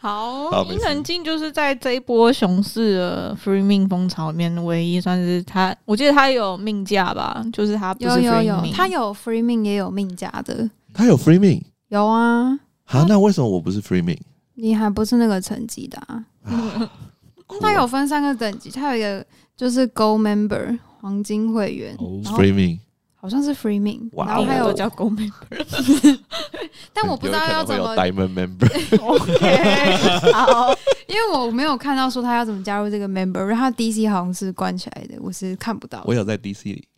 Speaker 4: 好，
Speaker 2: 好，
Speaker 3: 伊
Speaker 2: 没
Speaker 3: 能
Speaker 2: 事。
Speaker 3: 静就是在这一波熊市的 free 命风潮里面，唯一算是他，我记得他有命价吧，就是他不是
Speaker 4: 有
Speaker 3: free
Speaker 4: 有有，
Speaker 3: 命
Speaker 4: 他有 free 命也有命价的，
Speaker 2: 他有 free m i n
Speaker 4: 有啊，
Speaker 2: 啊？那为什么我不是 free m i n
Speaker 4: 你还不是那个层级的啊。它
Speaker 2: 啊
Speaker 4: 有分三个等级，它有一个就是 Gold Member 黄金会员，
Speaker 1: 哦
Speaker 4: 然后
Speaker 2: free m i n
Speaker 4: 好像是 Free Min，
Speaker 2: 哇哦
Speaker 4: 然后还
Speaker 3: 我
Speaker 4: 有，
Speaker 3: 叫公妹，
Speaker 4: 但我不知道要怎么， <laughs>
Speaker 2: diamond member。
Speaker 3: OK，好，
Speaker 4: 因为我没有看到说他要怎么加入这个 Member，然后它 DC 好像是关起来的，我是看不到的。
Speaker 2: <laughs> 我有在 DC 里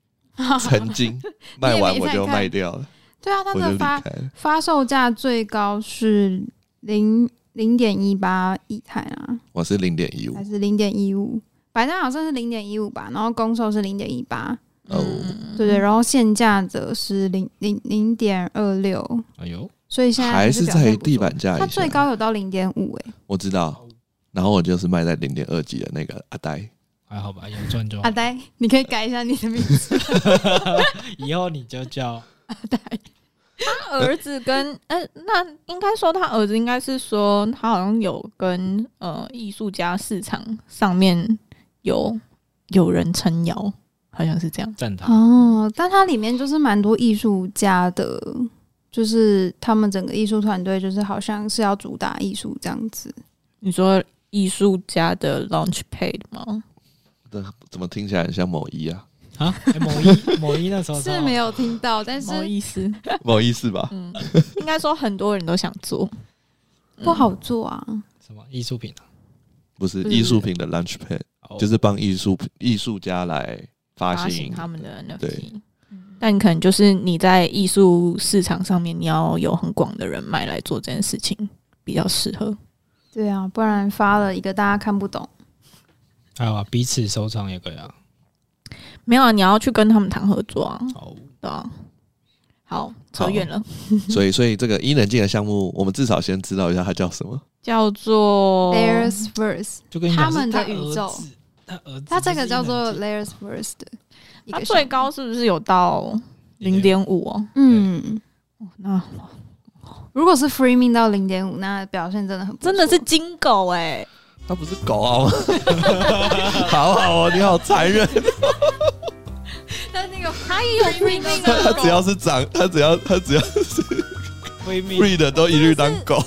Speaker 2: 曾经卖完我就卖掉了，
Speaker 4: <laughs> 对啊，它
Speaker 2: 我就
Speaker 4: 的
Speaker 2: 离
Speaker 4: 发
Speaker 2: 开了。
Speaker 4: 发售价最高是零零点一八亿泰啊，
Speaker 2: 我是零点一五
Speaker 4: 还是零点一五？百单好像是零点一五吧，然后公售是零点一八，
Speaker 2: 哦，
Speaker 3: 嗯
Speaker 4: 对对，然后现价则是零零零点二六，
Speaker 1: 哎呦，
Speaker 4: 所以现在
Speaker 2: 还
Speaker 4: 是
Speaker 2: 是
Speaker 4: 表现
Speaker 2: 在
Speaker 4: 不错
Speaker 2: 地板价以
Speaker 4: 它
Speaker 2: 下。
Speaker 4: 最高有到零点五哎，
Speaker 2: 我知道，然后我就是卖在零点二级的那个阿呆，
Speaker 1: 还好吧，有赚就好
Speaker 4: 阿。呆，你可以改一下你的
Speaker 1: <laughs>
Speaker 4: 名字。
Speaker 1: 以后你就叫
Speaker 3: <laughs> 他儿子跟呃，那应该说他儿子应该是说他好像有跟呃艺术家市场上面有有人撑腰，好像是这样。
Speaker 1: 赞他，
Speaker 4: 哦，但它里面就是蛮多艺术家的，就是他们整个艺术团队就是好像是要主打艺术这样子。
Speaker 3: 你说艺术家的 launch pad 吗？
Speaker 2: 这怎么听起来很像某一啊？
Speaker 1: 啊，哎某一 <laughs> 某一那时候
Speaker 4: 是没有听到，但
Speaker 3: 什么
Speaker 4: 是
Speaker 3: 意思？ <laughs>
Speaker 2: 某一是吧？
Speaker 3: 嗯，应该说很多人都想做。
Speaker 4: 不好做啊。
Speaker 1: 什么艺术品啊？
Speaker 2: 不是
Speaker 3: 不是
Speaker 2: 艺术品的 launch pad，
Speaker 1: 哦
Speaker 2: 就是帮艺术艺术家来发
Speaker 3: 发
Speaker 2: 行
Speaker 3: 行他们的
Speaker 2: 对
Speaker 3: NFT。但嗯可能就是你在艺术市场上面，你要有很广的人脉来做这件事情比较适合。
Speaker 4: 对啊，不然发了一个大家看不懂，
Speaker 1: 还有啊，彼此收藏也可以啊。
Speaker 3: 没有啊，你要去跟他们谈合作啊，
Speaker 1: 哦，
Speaker 3: 对啊。好，扯远了，
Speaker 2: 所以，所以这个伊能静的项目，我们至少先知道一下它叫什么。
Speaker 3: 叫
Speaker 1: 哦
Speaker 3: 做
Speaker 4: Layers Verse，
Speaker 1: 就跟你讲
Speaker 4: 他们的
Speaker 1: 是
Speaker 4: 宇宙
Speaker 1: 儿子，他儿子，
Speaker 4: 它这个叫做 Layers Verse 的一
Speaker 3: 它
Speaker 4: 个
Speaker 3: 最
Speaker 4: 项目
Speaker 3: 高是不是有到零点五哦？
Speaker 4: 嗯，
Speaker 3: 那
Speaker 4: 如果是 Freeming 到零点五，那表现真的很不错
Speaker 3: 真的是金狗哎、
Speaker 2: 它不是狗好 <laughs> 吗？好好哦，你好残忍！
Speaker 4: 但那个还有
Speaker 3: <laughs>
Speaker 4: Freeming
Speaker 2: 它只要是长，它只要它只要是
Speaker 1: 闺蜜
Speaker 2: free 的，都一律当狗。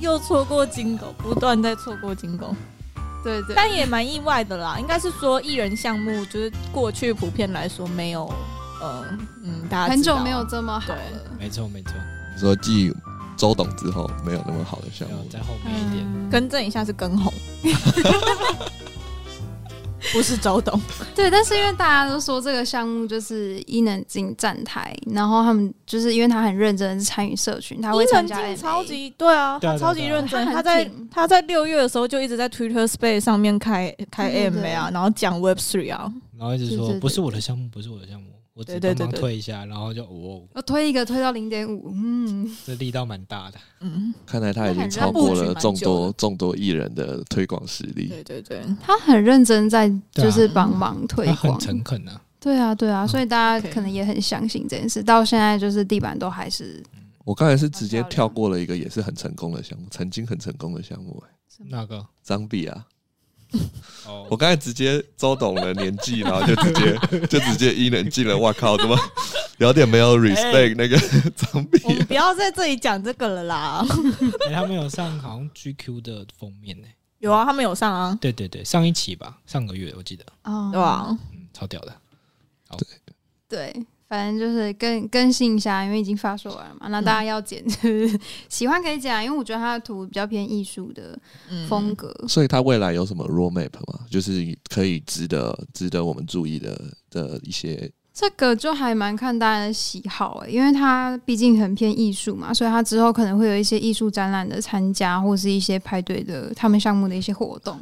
Speaker 3: 又错过金狗，不断在错过金狗，
Speaker 4: 对对，
Speaker 3: 但也蛮意外的啦。应该是说艺人项目，就是过去普遍来说没有，呃，嗯，大家
Speaker 4: 很
Speaker 3: 知道
Speaker 4: 久没有这么好了。
Speaker 1: 没错没错，
Speaker 2: 你说继周董之后，没有那么好的项
Speaker 1: 要
Speaker 2: 目。
Speaker 1: 在后面一
Speaker 4: 嗯
Speaker 1: 点。
Speaker 3: 更正一下是跟
Speaker 4: <laughs>
Speaker 3: 红，不是周董。
Speaker 4: 对，但是因为大家都说这个项目就是伊能静站台，然后他们就是因为他很认真参与社群，他会参加 MA
Speaker 3: 超级对啊，
Speaker 1: 对啊对
Speaker 3: 他
Speaker 1: 啊
Speaker 3: 超级认真，
Speaker 4: 对啊
Speaker 3: 他在
Speaker 4: 他很挺
Speaker 3: 他在六月的时候就一直在 Twitter Space 上面开开
Speaker 4: 对对对
Speaker 3: M A 啊，然后讲 Web Three 啊，
Speaker 1: 然后一直
Speaker 4: 对对
Speaker 1: 说
Speaker 4: 对
Speaker 1: 不是我的项目，不是我的项目，我只
Speaker 3: 对对
Speaker 1: 帮
Speaker 3: 对
Speaker 1: 忙
Speaker 3: 对
Speaker 1: 推一下，然后就哦，
Speaker 4: 我推一个推到零点五，嗯，
Speaker 1: 这力道蛮大的。
Speaker 3: 嗯，
Speaker 2: 看来他已经超过了众多众多艺人的推广实力。
Speaker 3: 对对
Speaker 4: <laughs>
Speaker 3: 对，
Speaker 4: 他很认真在
Speaker 1: 对啊
Speaker 4: 就是帮忙推
Speaker 1: 他很
Speaker 4: 广，
Speaker 1: 诚恳啊，
Speaker 4: 对啊对啊，所以大家
Speaker 3: OK
Speaker 4: 可能也很相信这件事，到现在就是地板都还是
Speaker 2: 我刚才是直接跳过了一个也是很成功的项目，曾经很成功的项目、欸，
Speaker 1: 那个
Speaker 2: 张比啊。我
Speaker 1: 哦，
Speaker 2: 刚才直接周董的年纪，然后就直接就直接伊能静了，哇靠，怎么 <laughs> 有点没有 respect 那个张碧啊
Speaker 3: 我们不要在这里讲这个了啦。
Speaker 1: 哎他们有上好像 GQ 的封面呢。
Speaker 3: 有啊，他们有上啊，
Speaker 1: 对对对，上一期吧，上个月我记得，
Speaker 4: 哦，
Speaker 3: 对啊吧？
Speaker 1: 嗯，超屌的。
Speaker 4: 对，反正就是更更新一下，因为已经发售完了嘛。那
Speaker 3: 嗯
Speaker 4: 大家要剪，就是喜欢可以剪啊，因为我觉得它的图比较偏艺术的
Speaker 3: 嗯
Speaker 4: 风格。
Speaker 2: 所以他未来有什么 roadmap 吗？就是可以值得值得我们注意的的一些
Speaker 4: 这个就还蛮看大家的喜好诶、欸因为它毕竟很偏艺术嘛，所以它之后可能会有一些艺术展览的参加，或是一些派对的他们项目的一些活动。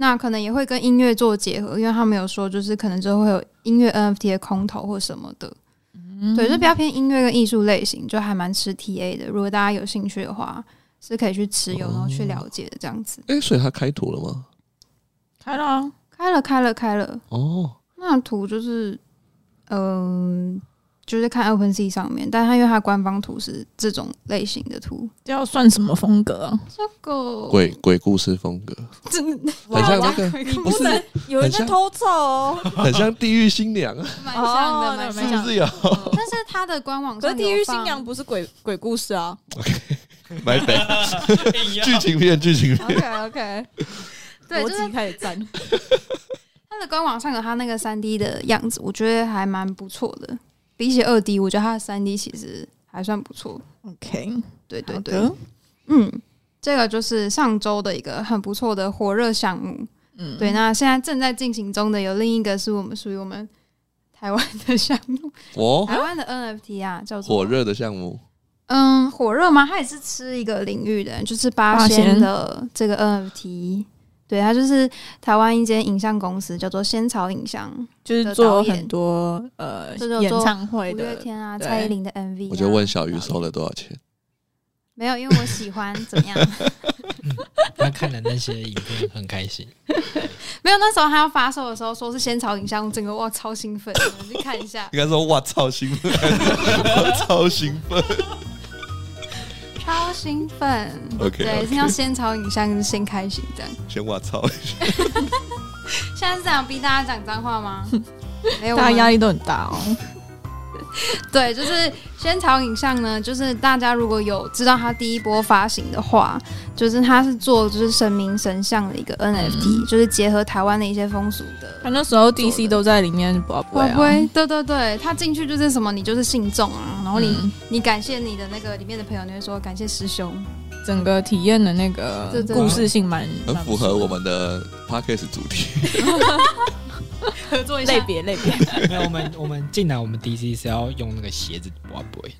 Speaker 4: 那可能也会跟音乐做结合，因为他们有说就是可能之后会有音乐 NFT 的空投或什么的，
Speaker 3: 嗯
Speaker 4: 对，就比较偏音乐跟艺术类型，就还蛮吃 TA 的。如果大家有兴趣的话，是可以去持有，然后去了解的这样子。
Speaker 2: 哎、所以他开图了吗？
Speaker 3: 开了啊，
Speaker 4: 开了，开了，开了。
Speaker 2: 哦，
Speaker 4: 那图就是，嗯、就是看 OpenSea 上面，但它因为它官方图是这种类型的图，
Speaker 3: 这要算什么风格啊？
Speaker 4: 这个
Speaker 2: 鬼鬼故事风格，
Speaker 4: <laughs> 真的
Speaker 2: 很像那个，不是
Speaker 3: 有人在
Speaker 2: 很像
Speaker 3: 偷凑哦，
Speaker 2: 很像地狱新娘啊，
Speaker 4: 蛮像的，蛮
Speaker 3: 哦那
Speaker 2: 是
Speaker 3: 蛮
Speaker 4: 像的嗯
Speaker 3: 像。
Speaker 2: 不是有？
Speaker 4: 但是它的官网
Speaker 3: <laughs> 可
Speaker 4: 上
Speaker 3: 是
Speaker 4: 有
Speaker 3: 地狱新
Speaker 4: 放
Speaker 3: 娘不是鬼鬼故事啊。
Speaker 2: 买北剧情片，剧情片，
Speaker 4: OK
Speaker 3: <laughs>
Speaker 4: OK，对，就是
Speaker 3: 开始站，
Speaker 4: <laughs> 它的官网上有它那个三 D 的样子，我觉得还蛮不错的。比起二 D，我觉得它的三 D 其实还算不错。
Speaker 3: OK，
Speaker 4: 对对
Speaker 3: 好
Speaker 4: 对，
Speaker 3: 的，
Speaker 4: 嗯，这个就是上周的一个很不错的火热项目。
Speaker 3: 嗯，
Speaker 4: 对，那现在正在进行中的有另一个是我们属于我们台湾的项目，
Speaker 2: 哦，
Speaker 4: 台湾的 NFT 啊，叫做
Speaker 2: 火热的项目，
Speaker 4: 嗯，火热吗？它也是吃一个领域的，就是八
Speaker 3: 八
Speaker 4: 仙
Speaker 3: 仙
Speaker 4: 的这个 NFT。对，它就是台湾一间影像公司，叫做仙草影像，
Speaker 3: 就是做很多呃
Speaker 4: 就是有
Speaker 3: 演
Speaker 4: 做
Speaker 3: 唱会
Speaker 4: 五月
Speaker 3: 的，
Speaker 4: 天啊，
Speaker 3: 对
Speaker 4: 蔡依林的 MV、啊。
Speaker 2: 我就问小鱼收了多少钱？，
Speaker 4: 没有，因为我喜欢怎么样？
Speaker 1: 他看了那些影片很开 <laughs> 心，
Speaker 4: 没有，那时候他要发售的时候，说是仙草影像，我整个哇超兴奋，我去看一下
Speaker 2: <laughs> 应该说哇操兴奋，我超兴奋。
Speaker 4: 超兴奋。
Speaker 2: OK，
Speaker 4: 对，听到仙草影像就先开心这样。
Speaker 2: 先哇操一下。 <laughs>
Speaker 4: 现在是想逼大家讲脏话吗？没有，
Speaker 3: 大家压
Speaker 4: 力。
Speaker 3: 力都很大哦。
Speaker 4: 对，就是仙草影像呢，就是大家如果有知道它第一波发行的话，就是它是做就是神明神像的一个
Speaker 3: 嗯
Speaker 4: NFT，、就是结合台湾的一些风俗
Speaker 3: 他
Speaker 4: 的。
Speaker 3: 那时候 DC 都在里面，不不
Speaker 4: 宝
Speaker 3: 啊，
Speaker 4: 贝，对对对，它进去就是什么，你就是信众啊，然后你、
Speaker 3: 嗯
Speaker 4: 你感谢你的那个里面的朋友，你会说感谢师兄，
Speaker 3: 整个体验的那个
Speaker 4: 对对
Speaker 3: 故事性蛮
Speaker 2: 很
Speaker 3: 蛮
Speaker 2: 符合我们的 podcast 主题。
Speaker 4: 合作一下
Speaker 3: 类，别类别，
Speaker 1: 那我们我们进来我们 DC 是要用那个鞋子挖不会，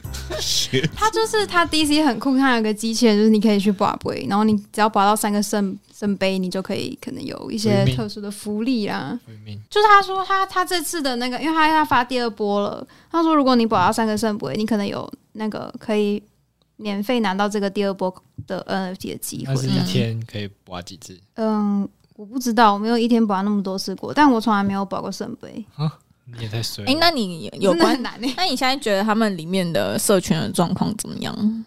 Speaker 4: 它就是它 DC 很酷，它有个机器人，就是你可以去拔杯，然后你只要拔到三个圣圣杯，你就可以可能有一些
Speaker 1: Freeming
Speaker 4: 特殊的福利啊啦。
Speaker 1: 我明
Speaker 4: 就是他说他他这次的那个，因为他要发第二波了，他说如果你保到三个圣杯，你可能有那个可以免费拿到这个第二波的 NFT 的机
Speaker 1: 那
Speaker 4: 会。
Speaker 1: 是
Speaker 4: 这
Speaker 1: 一
Speaker 4: 样
Speaker 1: 天可以挖几次？
Speaker 4: 嗯，我不知道，我没有一天保那么多次过，但我从来没有保过圣杯，
Speaker 1: 你也太衰了。
Speaker 3: 哎，那你有
Speaker 4: 真的
Speaker 3: 关
Speaker 4: 很？难呢、
Speaker 3: 那你现在觉得他们里面的社群的状况怎么样？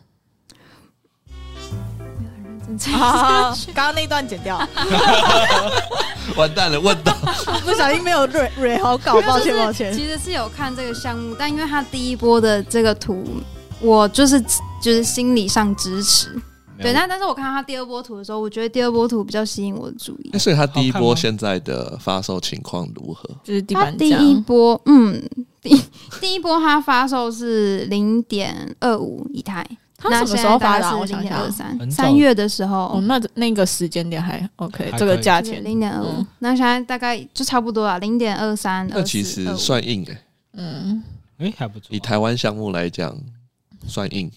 Speaker 3: 啊，刚刚那段剪掉，
Speaker 2: 完蛋了，问 <laughs> 到
Speaker 3: <laughs> 不小心没有蕊蕊好搞， <laughs> 抱歉抱歉。
Speaker 4: 其实是有看这个项目，但因为他第一波的这个图，我就是就是心理上支持。
Speaker 1: 没有
Speaker 4: 对，但但是我看到他第二波图的时候，我觉得第二波图比较吸引我的注意
Speaker 2: 哎。所以他第一
Speaker 1: 好看
Speaker 2: 波
Speaker 1: 吗
Speaker 2: 现在的发售情况如何？
Speaker 3: 就是地
Speaker 4: 他
Speaker 3: 板
Speaker 4: 第
Speaker 3: 价，
Speaker 4: 一波，嗯，第第一波它发售是零点二五以太，
Speaker 3: 他
Speaker 4: 那
Speaker 3: 什么时候发的啊？我
Speaker 4: 是
Speaker 3: 想
Speaker 4: 零
Speaker 3: 一
Speaker 4: 点
Speaker 3: 下
Speaker 4: 二，三，
Speaker 1: 很早
Speaker 4: 三月的时候
Speaker 3: 哦，，那那个时间点还 OK，
Speaker 1: 还
Speaker 3: 这个
Speaker 1: 可以
Speaker 3: 价钱，
Speaker 4: 零点二五
Speaker 3: 嗯，
Speaker 4: 那现在大概就差不多了，零点二三。
Speaker 2: 那其实
Speaker 4: 24
Speaker 2: 算硬哎、
Speaker 3: 嗯，
Speaker 1: 哎、还不错、
Speaker 2: 以台湾项目来讲，算硬。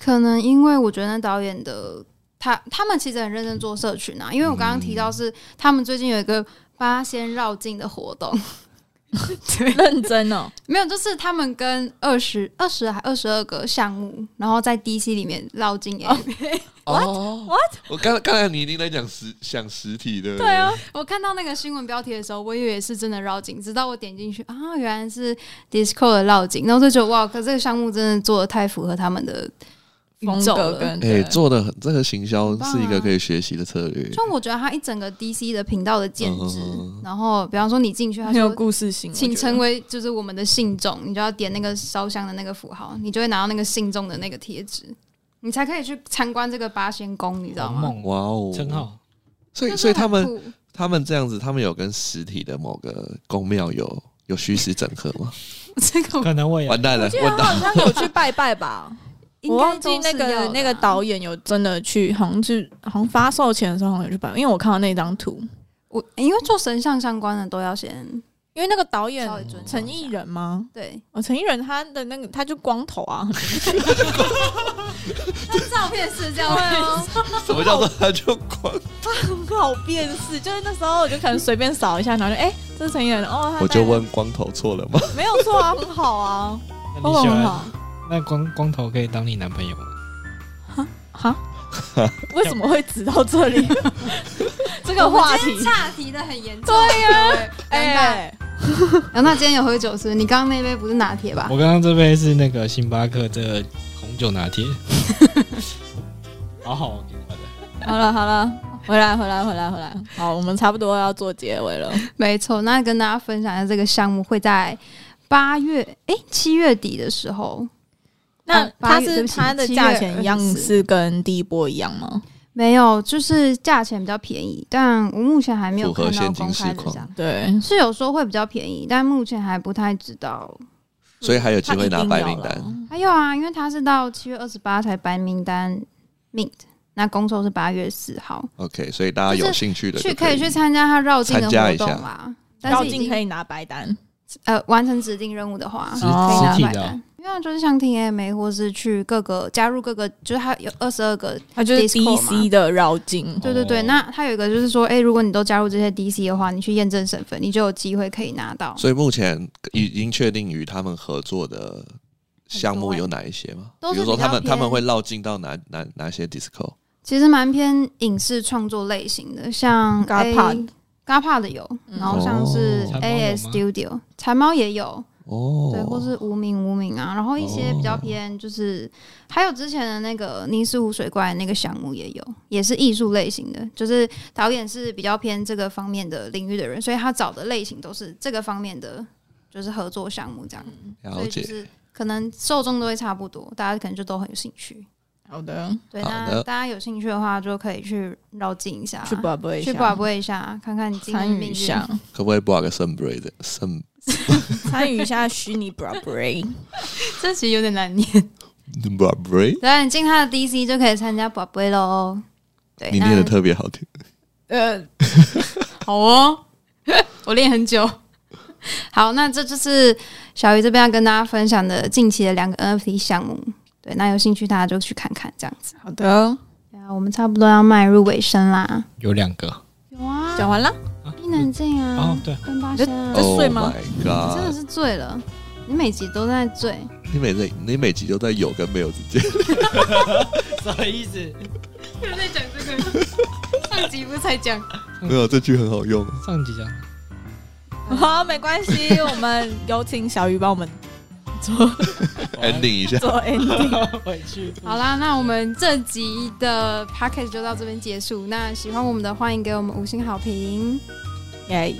Speaker 4: 可能因为我觉得那导演的他他们其实很认真做社群啊，因为我刚刚提到是、他们最近有一个八仙绕境的活动， <laughs>
Speaker 3: <laughs> 认真哦，
Speaker 4: 没有，就是他们跟二十二十还二十二个项目，然后在 DC 里面绕境哎 A
Speaker 2: 哦 what？我刚刚才你一定在讲实想实体的，
Speaker 4: 对啊，我看到那个新闻标题的时候，我以为是真的绕境，直到我点进去啊，原来是 Disco 的绕境，然后就觉得哇，可这个项目真的做的太符合他们的宇
Speaker 3: 风
Speaker 4: 宙
Speaker 3: 格
Speaker 4: 了。
Speaker 3: 跟
Speaker 2: 哎、
Speaker 3: 对
Speaker 2: 做的很这个行销
Speaker 4: 棒啊
Speaker 2: 是一个可以学习的策略。
Speaker 4: 就我觉得他一整个 DC 的频道的建制，
Speaker 2: 嗯
Speaker 4: 然后比方说你进去，他
Speaker 3: 很有
Speaker 4: 啊说
Speaker 3: 故事性，
Speaker 4: 请
Speaker 3: <laughs>
Speaker 4: 成
Speaker 3: 为
Speaker 4: 为就是我们的信众，你就要点那个烧香的那个符号，你就会拿到那个信众的那个贴纸，你才可以去参观这个八仙宫，你知道
Speaker 1: 好
Speaker 4: 吗？
Speaker 1: 梦
Speaker 2: 哇哦，
Speaker 1: 称号，
Speaker 2: 所
Speaker 4: 就
Speaker 2: 以
Speaker 4: 是
Speaker 2: 所以他
Speaker 4: 很
Speaker 2: 们
Speaker 4: 酷 <laughs>
Speaker 2: 他们这样子，他们有跟实体的某个宫庙有有虚实整合吗？
Speaker 4: 这个我
Speaker 1: 可能我也
Speaker 2: 完蛋了，问到
Speaker 3: 好像有去拜拜吧，<laughs>
Speaker 4: 应
Speaker 3: 我
Speaker 4: 该
Speaker 3: 忘
Speaker 4: 都
Speaker 3: 记
Speaker 4: 是
Speaker 3: 那
Speaker 4: 要
Speaker 3: 个
Speaker 4: 的啊
Speaker 3: 那个导演有真的去，好像是好像发售前的时候好像有去拜，因为我看到那张图，
Speaker 4: 我因为做神像相关的都要先
Speaker 3: 因为那个导
Speaker 4: 稍微
Speaker 3: 演
Speaker 4: 尊重
Speaker 3: 陈艺人吗？
Speaker 4: 对，
Speaker 3: 哦，陈艺人他的那个他就光头啊，
Speaker 4: 照片是这样 <laughs> 吗？
Speaker 3: <laughs>
Speaker 2: 什么叫做他就光？
Speaker 3: 啊好辨识，就是那时候我就可能随便扫一下，然后就哎、这是陈艺人哦，他
Speaker 2: 我就
Speaker 3: 戴了
Speaker 2: 问光头错了吗？
Speaker 3: 没有错啊，很
Speaker 2: <laughs>
Speaker 3: 好啊，
Speaker 1: 那
Speaker 3: 很
Speaker 1: 你
Speaker 3: 好
Speaker 1: 喜
Speaker 3: 很
Speaker 1: 欢
Speaker 3: 好。
Speaker 1: 那光光头可以当你男朋友吗？
Speaker 3: 哈？为什么会指到这 <laughs> 里？这个话题，
Speaker 4: 岔题的很严重。对呀，哎，
Speaker 3: 哎、
Speaker 4: 杨娜今天有喝酒是不是？你刚刚那杯不是拿铁吧？
Speaker 1: 我刚刚这杯是那个星巴克这个红酒拿铁，好好给我的。
Speaker 3: 好了好了，回来回来回来回来，好，我们差不多要做结尾了。
Speaker 4: 没错，那跟大家分享一下这个项目会在八月哎七月底的时候，
Speaker 3: 那
Speaker 4: 啊八
Speaker 3: 它
Speaker 4: 月对
Speaker 3: 是
Speaker 4: 不起
Speaker 3: 它的
Speaker 4: 7月
Speaker 3: 价钱一样
Speaker 4: 24
Speaker 3: 是跟第一波一样吗？
Speaker 4: 没有，就是价钱比较便宜，但我目前还没有
Speaker 2: 符
Speaker 4: 看
Speaker 2: 合
Speaker 4: 到
Speaker 2: 现今
Speaker 4: 公开
Speaker 2: 市
Speaker 4: 的
Speaker 2: 况
Speaker 4: 价格，
Speaker 3: 对，
Speaker 4: 是有说会比较便宜，但目前还不太知道。
Speaker 2: <laughs> 所以还有机
Speaker 3: 他
Speaker 2: 会
Speaker 3: 一
Speaker 2: 拿
Speaker 3: 定
Speaker 2: 白
Speaker 3: 要
Speaker 2: 名
Speaker 3: 啦
Speaker 2: 单。。
Speaker 4: 还有啊，因为它是到七月二十八才白名单 mint，那公售是八月四号，
Speaker 2: OK，所以大家有兴趣的
Speaker 4: 去
Speaker 2: 就
Speaker 4: 可以去参加它绕境的
Speaker 2: 参加
Speaker 4: 活
Speaker 2: 一下
Speaker 4: 动啦。但
Speaker 3: 绕
Speaker 4: 是已
Speaker 3: 境
Speaker 4: 经
Speaker 3: 可以拿白单，
Speaker 4: 呃完成指定任务的啊话，
Speaker 1: 实
Speaker 4: 可以
Speaker 3: 哦
Speaker 4: 拿
Speaker 1: 实体
Speaker 4: 百
Speaker 1: 的
Speaker 2: 哦
Speaker 4: 单。因为就是像听 AMA 或是去各个加入各个，就是它有二十二个，
Speaker 3: 它就是
Speaker 4: Discord 嘛
Speaker 3: DC 的绕境。
Speaker 4: 对对对。
Speaker 1: 哦
Speaker 4: 那它有一个就是说，哎、如果你都加入这些 DC 的话，你去验证身份，你就有机会可以拿到。
Speaker 2: 所以目前已经确定与他们合作的项目有哪一些吗？
Speaker 4: 都
Speaker 2: 比
Speaker 4: 是
Speaker 2: 如说他们
Speaker 4: 比较
Speaker 2: 他
Speaker 4: 偏
Speaker 2: 们会绕进到哪哪哪些 disco？
Speaker 4: 其实蛮偏影视创作类型的，像
Speaker 3: Gappa
Speaker 4: GAPA 的有，
Speaker 3: 嗯
Speaker 4: 然后像是
Speaker 1: 哦
Speaker 4: A S Studio，财猫也有，
Speaker 2: 哦，
Speaker 4: 对，或是无名无名啊，然后一些比较偏就是，还有之前的那个尼斯湖水怪那个项目也有，也是艺术类型的，就是导演是比较偏这个方面的领域的人，所以他找的类型都是这个方面的就是合作项目这样，所
Speaker 2: 了
Speaker 4: 以就
Speaker 2: 解，
Speaker 4: 是可能受众都会差不多，大家可能就都很有兴趣。
Speaker 3: 好的，
Speaker 4: 对，
Speaker 2: 好
Speaker 4: 那
Speaker 2: 的
Speaker 4: 大家有兴趣的话，就可以去绕境一下，
Speaker 3: 去宝贝一
Speaker 4: 去
Speaker 3: 下，
Speaker 4: 把握一下，看看你今天
Speaker 3: 参
Speaker 4: 的
Speaker 3: 与
Speaker 4: 命
Speaker 3: 一
Speaker 4: 运。
Speaker 3: 下，
Speaker 2: 可不可以不搞个 sun break 的 sun
Speaker 3: 参与一下虚拟 b r a b r <laughs> a
Speaker 4: 这其实有点难念。
Speaker 2: break？
Speaker 4: 对，你进他的 DC 就可以参加宝贝喽。对，
Speaker 2: 你念的特别好听，
Speaker 3: <laughs> 呃，
Speaker 4: 好哦， <laughs> 我练很久。好，那这就是小鱼这边要跟大家分享的近期的两个 NFT 项目。对，那有兴趣大家就去看看这样子。
Speaker 3: 好的，
Speaker 4: 对啊，我们差不多要迈入尾声啦。
Speaker 1: 有两个
Speaker 4: 有啊，
Speaker 3: 讲完了，
Speaker 4: 伊能静啊
Speaker 1: 哦，对，
Speaker 4: 跟八仙啊，
Speaker 3: 这是
Speaker 2: Oh
Speaker 3: 睡吗
Speaker 2: my
Speaker 4: 你真的
Speaker 2: god！
Speaker 4: 是醉了。你每集都在醉，
Speaker 2: 你每次你每集都在有跟没有之间， <laughs>
Speaker 1: 什么意思？
Speaker 4: 又在讲这个， <laughs> 上集不是才讲？
Speaker 2: 没有这句很好用。
Speaker 4: 啊
Speaker 1: 上几张
Speaker 3: 好，没关系，我们有请小鱼帮我们
Speaker 4: <laughs>
Speaker 3: 做
Speaker 2: ending 一下，
Speaker 3: 做 ending。
Speaker 1: 回去
Speaker 4: 好啦，那我们这集的 p a c k a g e 就到这边结束。那喜欢我们的，欢迎给我们五星好评。
Speaker 3: 耶，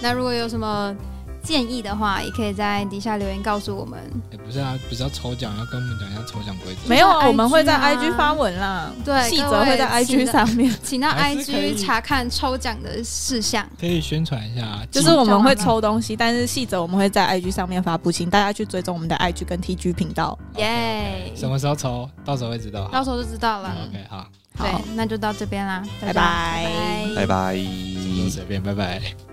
Speaker 4: 那如果有什么建议的话，也可以在底下留言告诉我们。
Speaker 1: 哎不是啊，不是要抽奖，要跟我们讲一下抽奖规则。
Speaker 3: 没有，啊，
Speaker 4: IG
Speaker 3: 我们会在
Speaker 4: 啊
Speaker 3: IG 发文啦，
Speaker 4: 对
Speaker 3: 细
Speaker 4: 各
Speaker 3: 则
Speaker 4: 位
Speaker 3: 会在
Speaker 4: 记
Speaker 3: IG
Speaker 4: 得
Speaker 3: 上面，
Speaker 4: 请到
Speaker 1: 还是可以
Speaker 4: IG 查看抽奖的事项。
Speaker 1: 可以宣传一下啊，
Speaker 3: <laughs> 就是我们会抽东西，但是细则我们会在 IG 上面发布，请大家去追踪我们的 IG 跟 TG 频道。
Speaker 4: 耶、
Speaker 1: 什么时候抽，到时候会知道。
Speaker 4: 到时候就知道了。
Speaker 1: 嗯 OK，好，
Speaker 4: 对
Speaker 3: 好，，
Speaker 4: 那就到这边啦，大
Speaker 3: 拜拜
Speaker 4: 家拜拜
Speaker 2: 拜拜。
Speaker 1: 随便，拜拜。